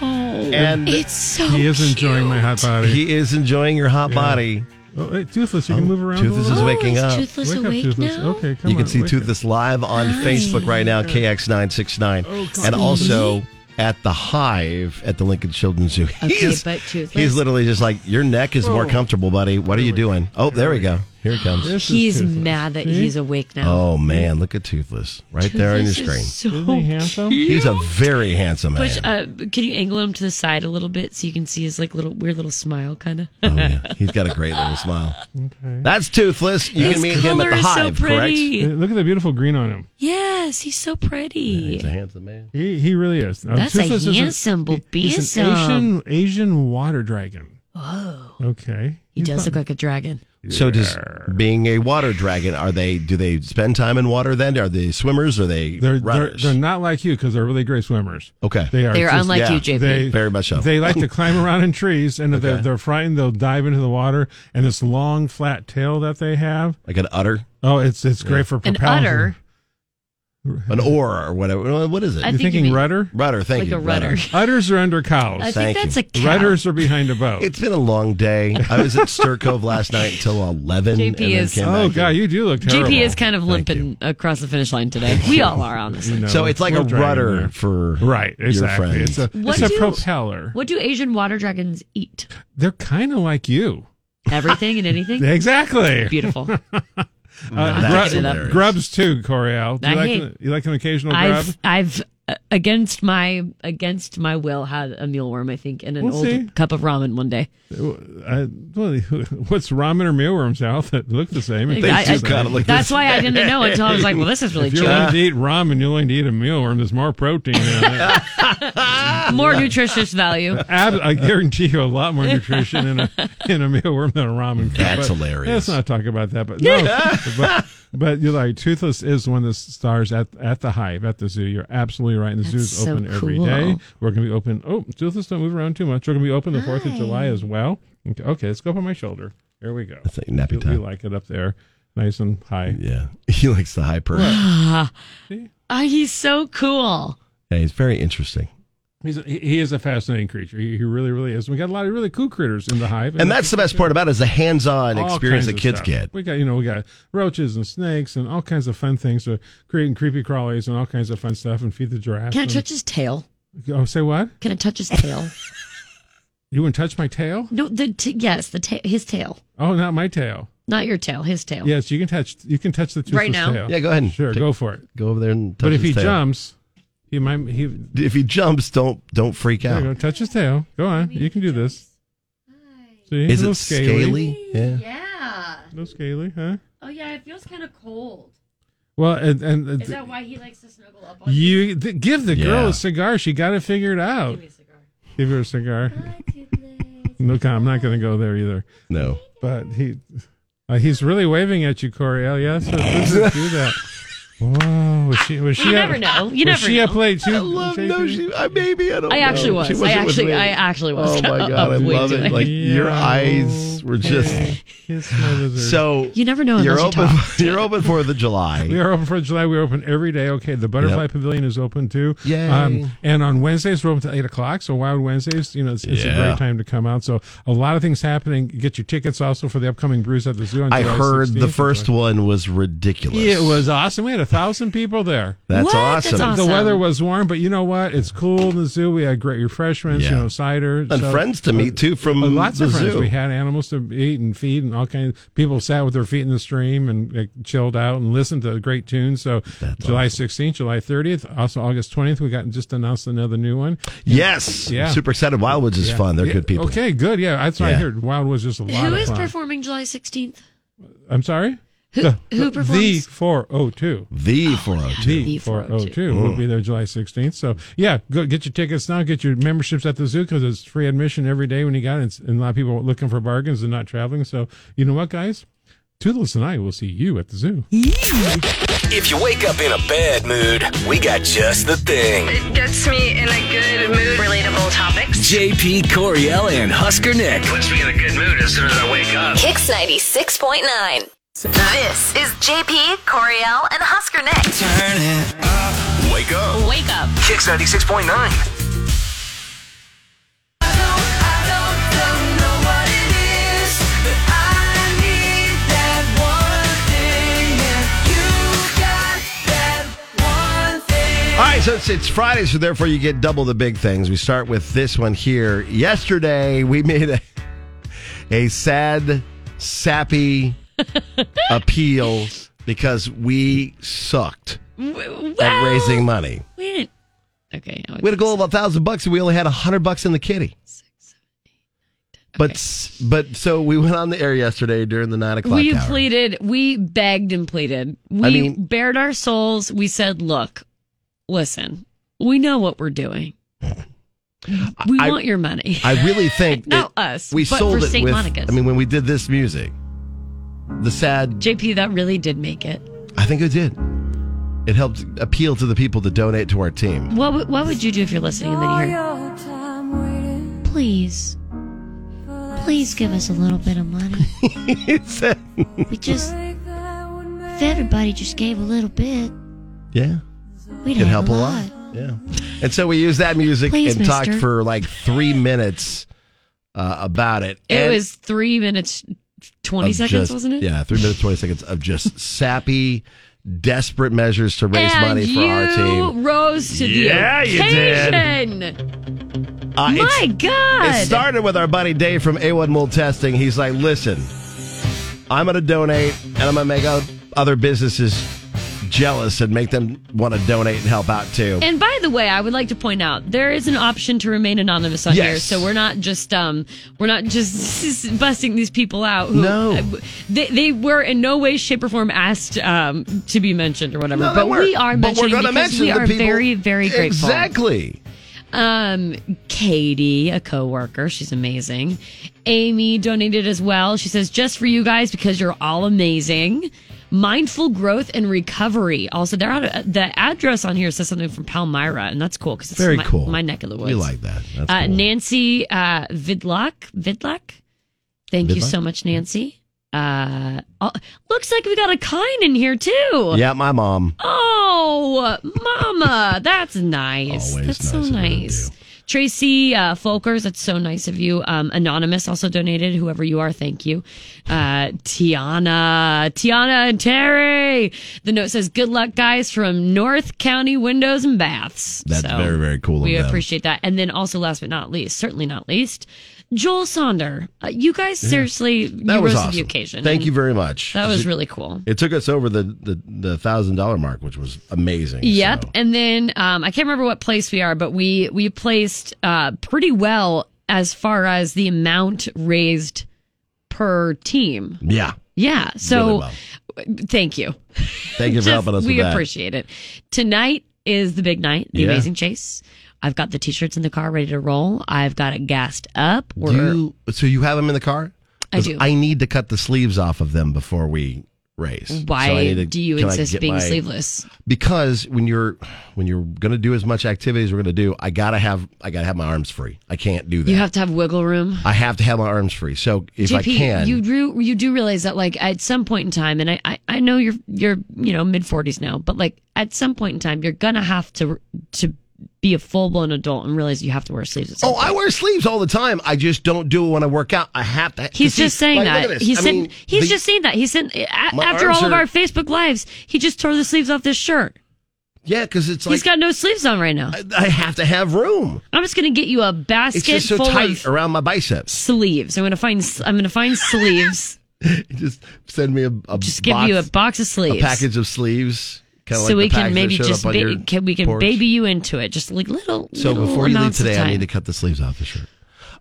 Oh, And it's so. He is enjoying my hot body. He is enjoying your hot body. Oh, hey, Toothless, you can move around. a Toothless little is bit. waking up. Wake up, Toothless. Okay, come you on. can see wake Toothless live on Hi. Facebook right now, KX969, Oh, God. and also at the Hive at the Lincoln Children's Zoo. Okay, He's- but Oh. toothless. He's literally just like, your neck is more Whoa. comfortable, buddy. What are you doing? Oh, there we go. Here it comes. He's mad that he's awake now. Oh man, look at Toothless right there on your Toothless screen. is so handsome? He's a very handsome man. Push, uh, can you angle him to the side a little bit so you can see his like little weird little smile, kind of? Oh, yeah. He's got a great little smile. That's Toothless. You His can meet him at color the is so Hive, pretty. correct? up. Look at the beautiful green on him. yes, he's so pretty. He's a handsome man. He, he really is. Uh, That's a Toothless is handsome he- He's an boobisome. Asian, Asian water dragon. Oh, Okay. he He's does not- look like a dragon. So does being a water dragon, are they do they spend time in water then? Are they swimmers? Are they They're, they're, runners? they're not like you because they're really great swimmers. okay. They are. They are just- unlike you, JP. They, Very much so. They like to climb around in trees, and if they're, Okay. they're frightened, they'll dive into the water. And this long, flat tail that they have. like an udder? Oh, it's it's great for An propelling. udder. An oar or whatever. What is it? I You're think you thinking mean- rudder? Rudder, thank Like you. a rudder. Udders are under cows. I think that's a cow. Rudders are behind a boat. It's been a long day. I was at Stir Cove last night until eleven. JP and then is- came oh back god, you do look terrible. JP is kind of limping across the finish line today. We all are, honestly. You know, So it's like we'll a drag him rudder there. for right. Exactly. It's friends. a What it's a do- propeller. What do Asian water dragons eat? They're kind of like you. Everything and anything? Exactly. Beautiful. Uh, I'm grub- picking it up. grubs too, Coriel. Do you, I like hate- an, you like an occasional grub? I've, I've uh, against my against my will had a mealworm, I think, in an We'll old see. cup of ramen one day. I, well, what's ramen or mealworms out that look the same? It They tastes do the same. kinda look That's the why I didn't know until I was like, well, this is really if you're cheap. uh, willing to eat ramen, you'll only eat a mealworm. There's more protein in it. More nutritious value. Ab- I guarantee you a lot more nutrition in a in a mealworm than a ramen. cup. That's But hilarious. Let's not talk about that. But no, but, but you're like toothless is one of the stars at at the hive at the zoo. You're absolutely right. And the That's zoo's so open every cool. day. We're gonna be open. Oh, toothless, don't move around too much. We're gonna be open the Fourth of July as well. Okay, okay, let's go up on my shoulder. Here we go. That's like nappy You- You time. like it up there, nice and high. Yeah, he likes the high perch. Ah, he's so cool. Yeah, he's very interesting. He's a, he- he is a fascinating creature. He, he really, really is. We got a lot of really cool critters in the hive, And that's the best part about it is the hands-on all kinds experience that of kids stuff. get. We got you know we got roaches and snakes and all kinds of fun things to creating creepy crawlies and all kinds of fun stuff and feed the giraffe. Can I and- touch his tail? Oh, say what? Can I touch his tail? You wouldn't touch my tail? No, the t- yes, the ta- his tail, Oh, not my tail. not your tail, his tail. Yes, you can touch. You can touch the toothless Right now? tail. Yeah, go ahead. and Sure, take- go for it. Go over there and touch but if his he tail. jumps, he might. He if he jumps, don't don't freak there you go, out. touch his tail. Go on, you can do this. See, Is a it little scaly? Yeah. Yeah. No scaly, huh? Oh yeah, it feels kind of cold. Well, and and uh, Is that why he likes to snuggle up on you? you th- give the girl Yeah. a cigar. She got it figured out. Give her a cigar. no, I'm not going to go there either. No, but he uh, he's really waving at you, Coriel. Yes, yeah, so please do that. Whoa, was she? Was You she? up- never know. You was never she know. up late too? I love- JP? no, she- I maybe I don't. I know. actually was. She I wasn't with actually, me. I actually was. Oh my god, I Up way love too it. late. Like your eyes were just so. You never know You're unless you open. You're open for the July. We are open for July. We're open every day. Okay, the Butterfly Yep. Pavilion is open too. Um, Yay. and on Wednesdays we're open till eight o'clock. So Wild Wednesdays, you know, it's, it's a Yeah. great time to come out. So a lot of things happening. Get your tickets also for the upcoming Brews at the Zoo. On I July heard 16th. the first one was ridiculous. It was awesome. We had a thousand people there. That's What? awesome. That's The awesome. weather was warm, but you know what? It's cool in the zoo. We had great refreshments, you Yeah. know, cider And friends to meet, too, from Uh, lots of Mm, the friends. zoo. We had animals to eat and feed, and all kinds. People sat with their feet in the stream and like, chilled out and listened to great tunes. So July sixteenth, July thirtieth, also August twentieth. We got just announced another new one. Yes. Yeah. Super excited. Wildwoods is Yeah. fun. They're Yeah. good people. Okay, good. Yeah, that's what I Yeah. heard. Wild was just a lot Who of is fun. performing July sixteenth? I'm sorry? Who- who The performs? 402. The 402. The 402 will be there July 16th. So, yeah, go get your tickets now. Get your memberships at the zoo because it's free admission every day when you got it. It's- And a lot of people are looking for bargains and not traveling. So, you know what, guys? Toodles and I will see you at the zoo. If you wake up in a bad mood, we got just the thing. It gets me in a good mood. Relatable topics. JP Coriel and Husker Nick. Puts me in a good mood as soon as I wake up. Kicks 96.9. This is JP, Coriel, and Husker Nick. Wake up. Wake up. Kicks 96.9. All right, so it's, it's Friday, so therefore you get double the big things. We start with this one here. Yesterday, we made a, a sad, sappy appeal because we sucked at raising money. Wait. Okay. We had a goal of a thousand bucks, and we only had a hundred bucks in the kitty. But s- but so we went on the air yesterday during the nine o'clock We hour. pleaded, we begged and pleaded. We mean- bared our souls. We said, look, listen, we know what we're doing. We I- want your money. I really think Not it- us, We but sold for it St. with. Monica's. I mean, when we did this music, the sad. JP, that really did make it. I think it did. It helped appeal to the people to donate to our team. What, would- what would you do if you're listening and then you hear, please, please give us a little bit of money? we just, if everybody just gave a little bit, Yeah, we'd could have help a lot. Yeah, and so we used that music Please, and talked mister. for like three minutes uh, about it. It And- was three minutes, 20 of seconds, just- wasn't it? Yeah, three minutes twenty seconds of just sappy, desperate measures to raise and money for you our team. rose to the Yeah, you did. occasion. Uh, it's- My God. It started with our buddy Dave from A1 Mold Testing. He's like, listen, I'm going to donate and I'm going to make o- other businesses jealous and make them want to donate and help out too. and by the way, I would like to point out there is an option to remain anonymous on here, Yes. so we're not just um we're not just busting these people out. Who, no, they, they were in no way, shape, or form asked um to be mentioned or whatever. No, they but we weren't. are But we're mentioning gonna because mention we the are people- very, very grateful. Exactly. Um, Katie, a coworker, she's amazing. Amy donated as well. She says, "Just for you guys because you're all amazing." Mindful growth and recovery. Also, there are, the address on here says something from Palmyra, and that's cool because it's Very my, cool. my neck of the woods. We like that. That's uh, cool. Nancy uh, Vidlock, Vidlock. Thank you Vidlock? so much, Nancy. Uh, oh, looks like we got a kind in here too. Yeah, my mom. Oh, mama, that's nice. that's so nice. Tracy uh, Folkers, that's so nice of you. Um, Anonymous also donated. Whoever you are, thank you. Uh, Tiana, Tiana and Terry. The note says, "Good luck, guys, from North County Windows and Baths." That's very, very cool of We them. appreciate that. And then also, last but not least, certainly not least, Joel Sonder. Uh, you guys, Yeah. seriously, That you was rose to awesome. the occasion. Thank And you very much. That was really cool. It took us over the the the thousand dollar mark, which was amazing. Yep. And then um, I can't remember what place we are, but we we placed uh, pretty well as far as the amount raised per team. Yeah. Yeah. So Really well. thank you. Thank you for Just- helping us We with that. appreciate it. Tonight is the big night, the Yeah. amazing chase. I've got the t-shirts in the car ready to roll. I've got it gassed up. Do you, so you have them in the car? I 'Cause do. I need to cut the sleeves off of them before we race. So I Why need to- do you can I insist get being my- sleeveless? Because when you're when you're gonna do as much activity as we're gonna do, I gotta have I gotta have my arms free. I can't do that. You have to have wiggle room. I have to have my arms free. So if JP, I can, you do you do realize that like at some point in time, and I I, I know you're you're you know mid forties now, but like at some point in time, you're gonna have to to be a full blown adult and realize you have to wear sleeves. At some Oh, I wear sleeves all the time. I just don't do it when I work out. I have to. He's see, just saying like, look at that. this. He's I sent, mean, he's the- just saying that. He's sent a- My after arms all of are- our Facebook lives. He just tore the sleeves off this shirt. Yeah, because it's like he's got no sleeves on right now. I have to have room. I'm just gonna get you a basket It's just so full tight of around my biceps. sleeves. I'm gonna find s- I'm gonna find sleeves. Just send me a, a Just give you a box of sleeves. a package of sleeves. kinda so like we the package can that maybe showed just up on your ba- can, we can porch. baby you into it, just like little. So little before you leave amounts of today, I time. need to cut the sleeves off the shirt.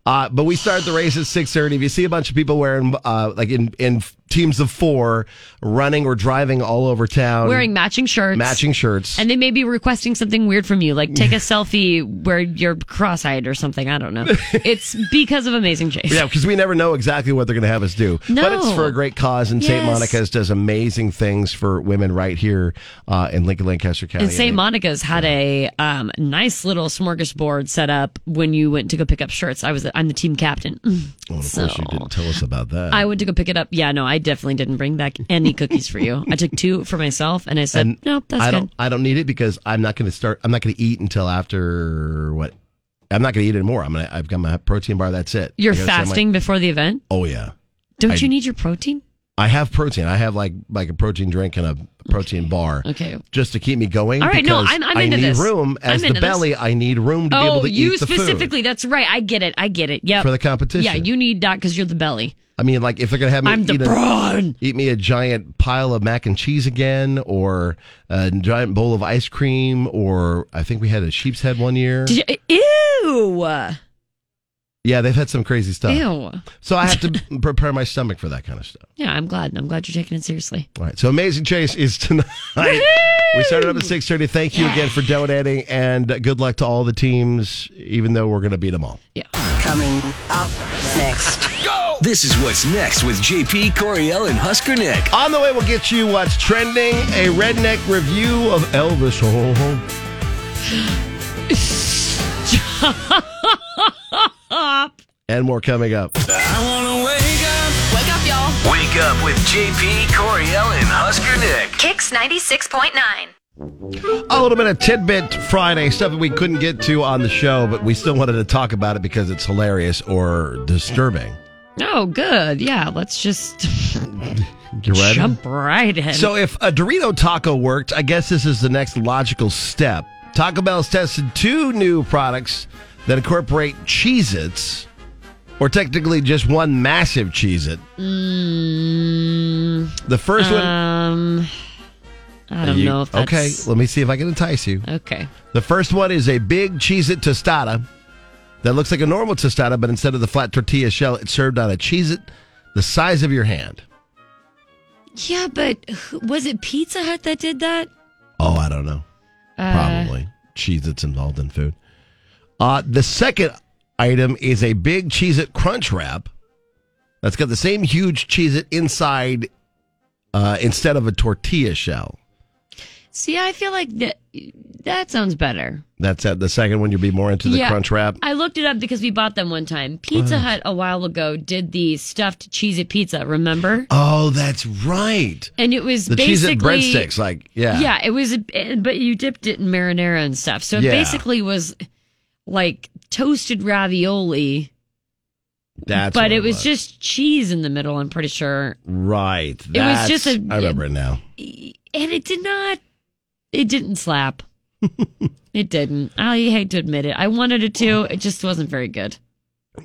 Uh, but we start the race at six thirty. If you see a bunch of people wearing uh, like in, in teams of four, running or driving all over town, wearing matching shirts, matching shirts, and they may be requesting something weird from you, like take a selfie where you're cross-eyed or something. I don't know. It's because of Amazing Chase. Yeah, because we never know exactly what they're going to have us do. No. But it's for a great cause, and St. Yes. Monica's does amazing things for women right here uh, in Lincoln, Lancaster County. And St. Monica's had a um, nice little smorgasbord set up when you went to go pick up shirts. I was I'm the team captain. Well, of So course, you didn't tell us about that. I went to go pick it up. Yeah, no, I definitely didn't bring back any cookies for you. I took two for myself, and I said, And "Nope, that's I good." don't. I don't need it because I'm not going to start. I'm not going to eat until after what? I'm not going to eat anymore. I'm gonna. I've got my protein bar. That's it. You're I gotta send my- fasting before the event. oh yeah. Don't I- you need your protein? I have protein. I have like like a protein drink and a protein bar. Okay. Just to keep me going. All right, no, because I'm- I'm I into need this. room as I'm the into this. belly. I need room to be able Oh, to you eat the food. specifically. That's right. I get it. I get it. Yep. For the competition. Yeah, you need that because you're the belly. I mean, like if they're gonna have me I'm the eat, A, brawn. eat me a giant pile of mac and cheese again, or a giant bowl of ice cream, or I think we had a sheep's head one year. Did you, ew. yeah, they've had some crazy stuff. Ew. So I have to prepare my stomach for that kind of stuff. Yeah, I'm glad. I'm glad you're taking it seriously. All right. So Amazing Chase is tonight. we started up at six thirty. Thank you again for donating, and uh, good luck to all the teams. Even though we're gonna beat them all. Coming up next. Go! This is what's next with JP Coriel and Husker Nick. On the way, we'll get you what's trending: a redneck review of Elvis. and more coming up. I wanna wake up. Wake up, y'all. Wake up with JP Coriel and Husker Nick. Kicks 96.9. A little bit of tidbit Friday stuff that we couldn't get to on the show, but we still wanted to talk about it because it's hilarious or disturbing. Oh, good. Yeah, let's just You ready? jump right in. So, if a Dorito taco worked, I guess this is the next logical step. Taco Bell's tested two new products that incorporate Cheez Its, or technically just one massive Cheez It. The first Mm, um, one. I don't You- know if that's Okay, let me see if I can entice you. Okay. The first one is a big Cheez It tostada that looks like a normal tostada, but instead of the flat tortilla shell, it's served on a Cheez It the size of your hand. Yeah, but who- was it Pizza Hut that did that? Oh, I don't know. Uh, Probably. Cheese that's involved in food. Uh, the second item is a big Cheez It Crunch Wrap that's got the same huge Cheez It inside uh, instead of a tortilla shell. See, I feel like that that sounds better. That's uh, the second one. You'll be more into the Yeah. Crunch Wrap. I looked it up because we bought them one time. Pizza Wow. Hut a while ago did the stuffed cheese it pizza, remember? Oh, that's right. And it was The Cheez It basically breadsticks. Like, yeah. Yeah, it was but you dipped it in marinara and stuff. So it Yeah. basically was like toasted ravioli, That's but what it was, just cheese in the middle, I'm pretty sure. Right. It was just That's- a- I remember it now. And it did not it didn't slap. it didn't. I hate to admit it. I wanted it to. It just wasn't very good.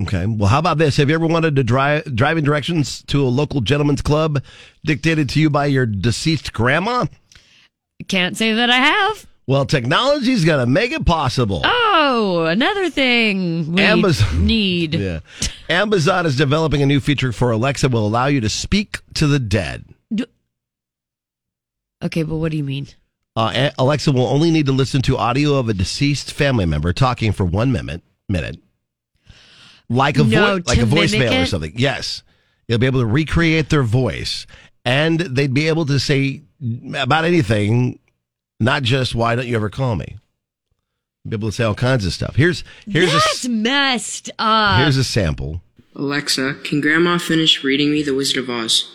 Okay. Well, how about this? Have you ever wanted to drive driving directions to a local gentleman's club dictated to you by your deceased grandma? Can't say that I have. Well, technology's going to make it possible. Oh, another thing we Amazon- need. Yeah. Amazon is developing a new feature for Alexa will allow you to speak to the dead. Okay, but what do you mean? Uh, A- Alexa will only need to listen to audio of a deceased family member talking for one minute, minute, like a No, voice, like to a voicemail mimic or it? something. Yes, you'll be able to recreate their voice, and they'd be able to say about anything, not just "Why don't you ever call me." Be able to say all kinds of stuff. Here's here's a That's s- messed up. here's a sample. Alexa, can Grandma finish reading me The Wizard of Oz?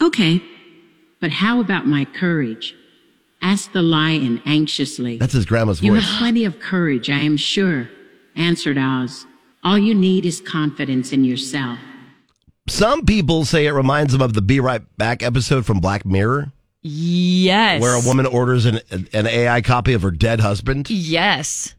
Okay, but how about my courage? Asked the lion anxiously. That's his grandma's You voice. have plenty of courage, I am sure, answered Oz. All you need is confidence in yourself. Some people say it reminds them of the "Be Right Back" episode from Black Mirror. Yes. where a woman orders an an AI copy of her dead husband. Yes.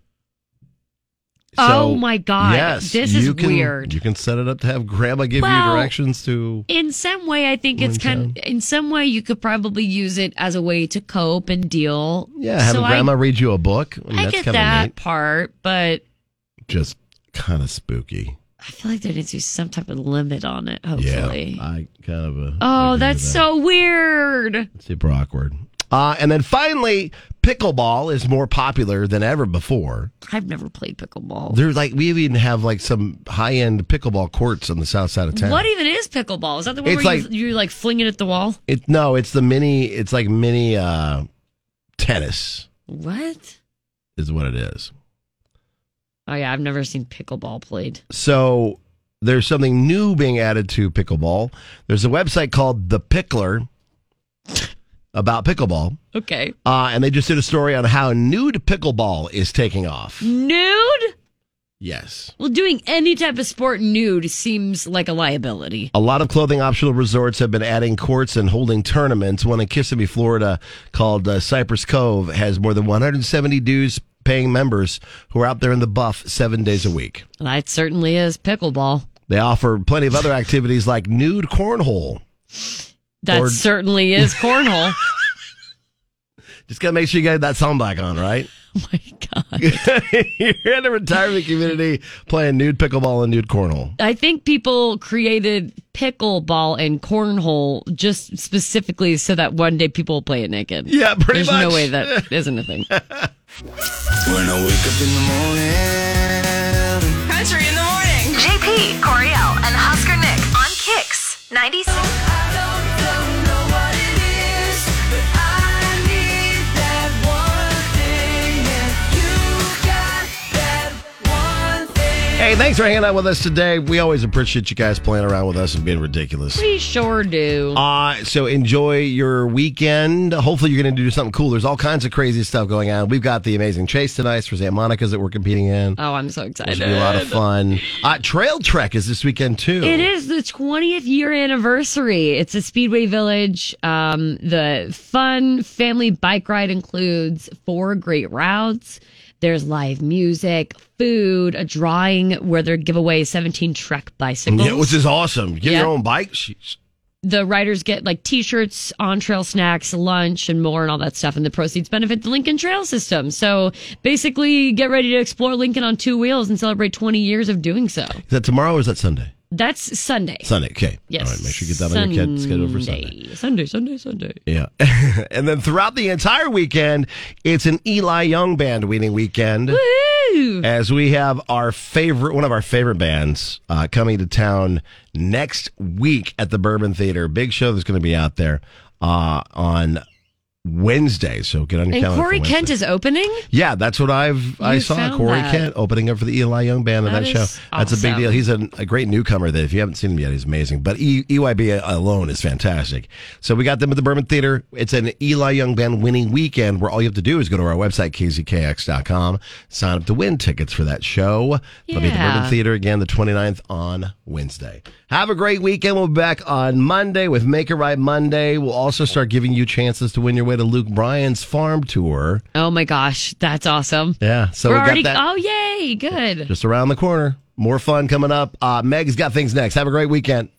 So, oh my god. Yes, this is you can- weird. You can set it up to have Grandma give you Well- directions to. In some way, I think it's kind. in some way, you could probably use it as a way to cope and deal. Yeah, have so a I- Grandma read you a book. I mean, I, that's get kind that of neat. part, but Just kind of spooky. I feel like there needs to be some type of limit on it. Hopefully. Yeah, I kind of. Uh, Oh, that's so weird. super awkward. Uh, and then finally, pickleball is more popular than ever before. I've never played pickleball. There's like we even have like some high end pickleball courts on the south side of town. What even is pickleball? Is that the one It's where like- you, you like fling it at the wall? It no, it's the mini. It's like mini uh, tennis What? is what it is. Oh yeah, I've never seen pickleball played. So there's something new being added to pickleball. There's a website called The Pickler about pickleball, Okay. uh, and they just did a story on how nude pickleball is taking off. Nude? Yes. Well, doing any type of sport nude seems like a liability. A lot of clothing optional resorts have been adding courts and holding tournaments. One in Kissimmee, Florida, called uh, Cypress Cove, has more than 170 dues paying members who are out there in the buff seven days a week. That certainly is pickleball. They offer plenty of other activities like nude cornhole. That Or- certainly is cornhole. Just gotta make sure you got that soundbite on, right? Oh my god! You're in a retirement community playing nude pickleball and nude cornhole. I think people created pickleball and cornhole just specifically so that one day people will play it naked. Yeah, pretty There's much. no way that isn't a thing. When I wake up in the morning. Country in the morning. JP, Coriel, and Husker Nick on Kicks 96. Hey, thanks for hanging out with us today. We always appreciate you guys playing around with us and being ridiculous. We sure do. Uh, so enjoy your weekend. Hopefully, you're going to do something cool. There's all kinds of crazy stuff going on. We've got the amazing chase tonight for Santa Monica's that we're competing in. Oh, I'm so It's excited. gonna be a lot of fun. Uh, Trail Trek is this weekend too. It is the 20th year anniversary. It's a Speedway Village. Um, the fun family bike ride includes four great routes. There's live music, food, a drawing where they give away 17 Trek bicycles. Mm, Yeah, which is awesome. You get Yeah. your own bike. Sheesh. the riders get like t-shirts, on-trail snacks, lunch, and more, and all that stuff. And the proceeds benefit the Lincoln Trail System. So basically, get ready to explore Lincoln on two wheels and celebrate 20 years of doing so. Is that tomorrow or is that Sunday? That's Sunday. Sunday. Okay. Yes. All right. Make sure you get that on your kid schedule for Sunday. Sunday, Sunday, Sunday. Yeah. and then throughout the entire weekend, it's an Eli Young band weaning weekend. As we have our favorite, one of our favorite bands uh, coming to town next week at the Bourbon Theater. Big show that's going to be out there uh, on Wednesday. So get on your And calendar. for Corey Wednesday. Kent is opening? Yeah, that's what I've I You saw found Corey that. Kent opening up for the Eli Young band in that, That show. is That's a big awesome. deal. He's a, a great newcomer. That if you haven't seen him yet, he's amazing. But e, EYB alone is fantastic. So we got them at the Berman Theater. It's an Eli Young band winning weekend where all you have to do is go to our website kzkx.com, sign up to win tickets for that show. They'll be at the Yeah. Berman Theater again the 29th on Wednesday. Have a great weekend. We'll be back on Monday with Make It Right Monday. We'll also start giving you chances to win your way to Luke Bryan's farm tour. Oh my gosh, that's awesome. Yeah, so We're we got already. that Oh, yay. Good. just around the corner. More fun coming up. Uh, Meg's got things next. Have a great weekend.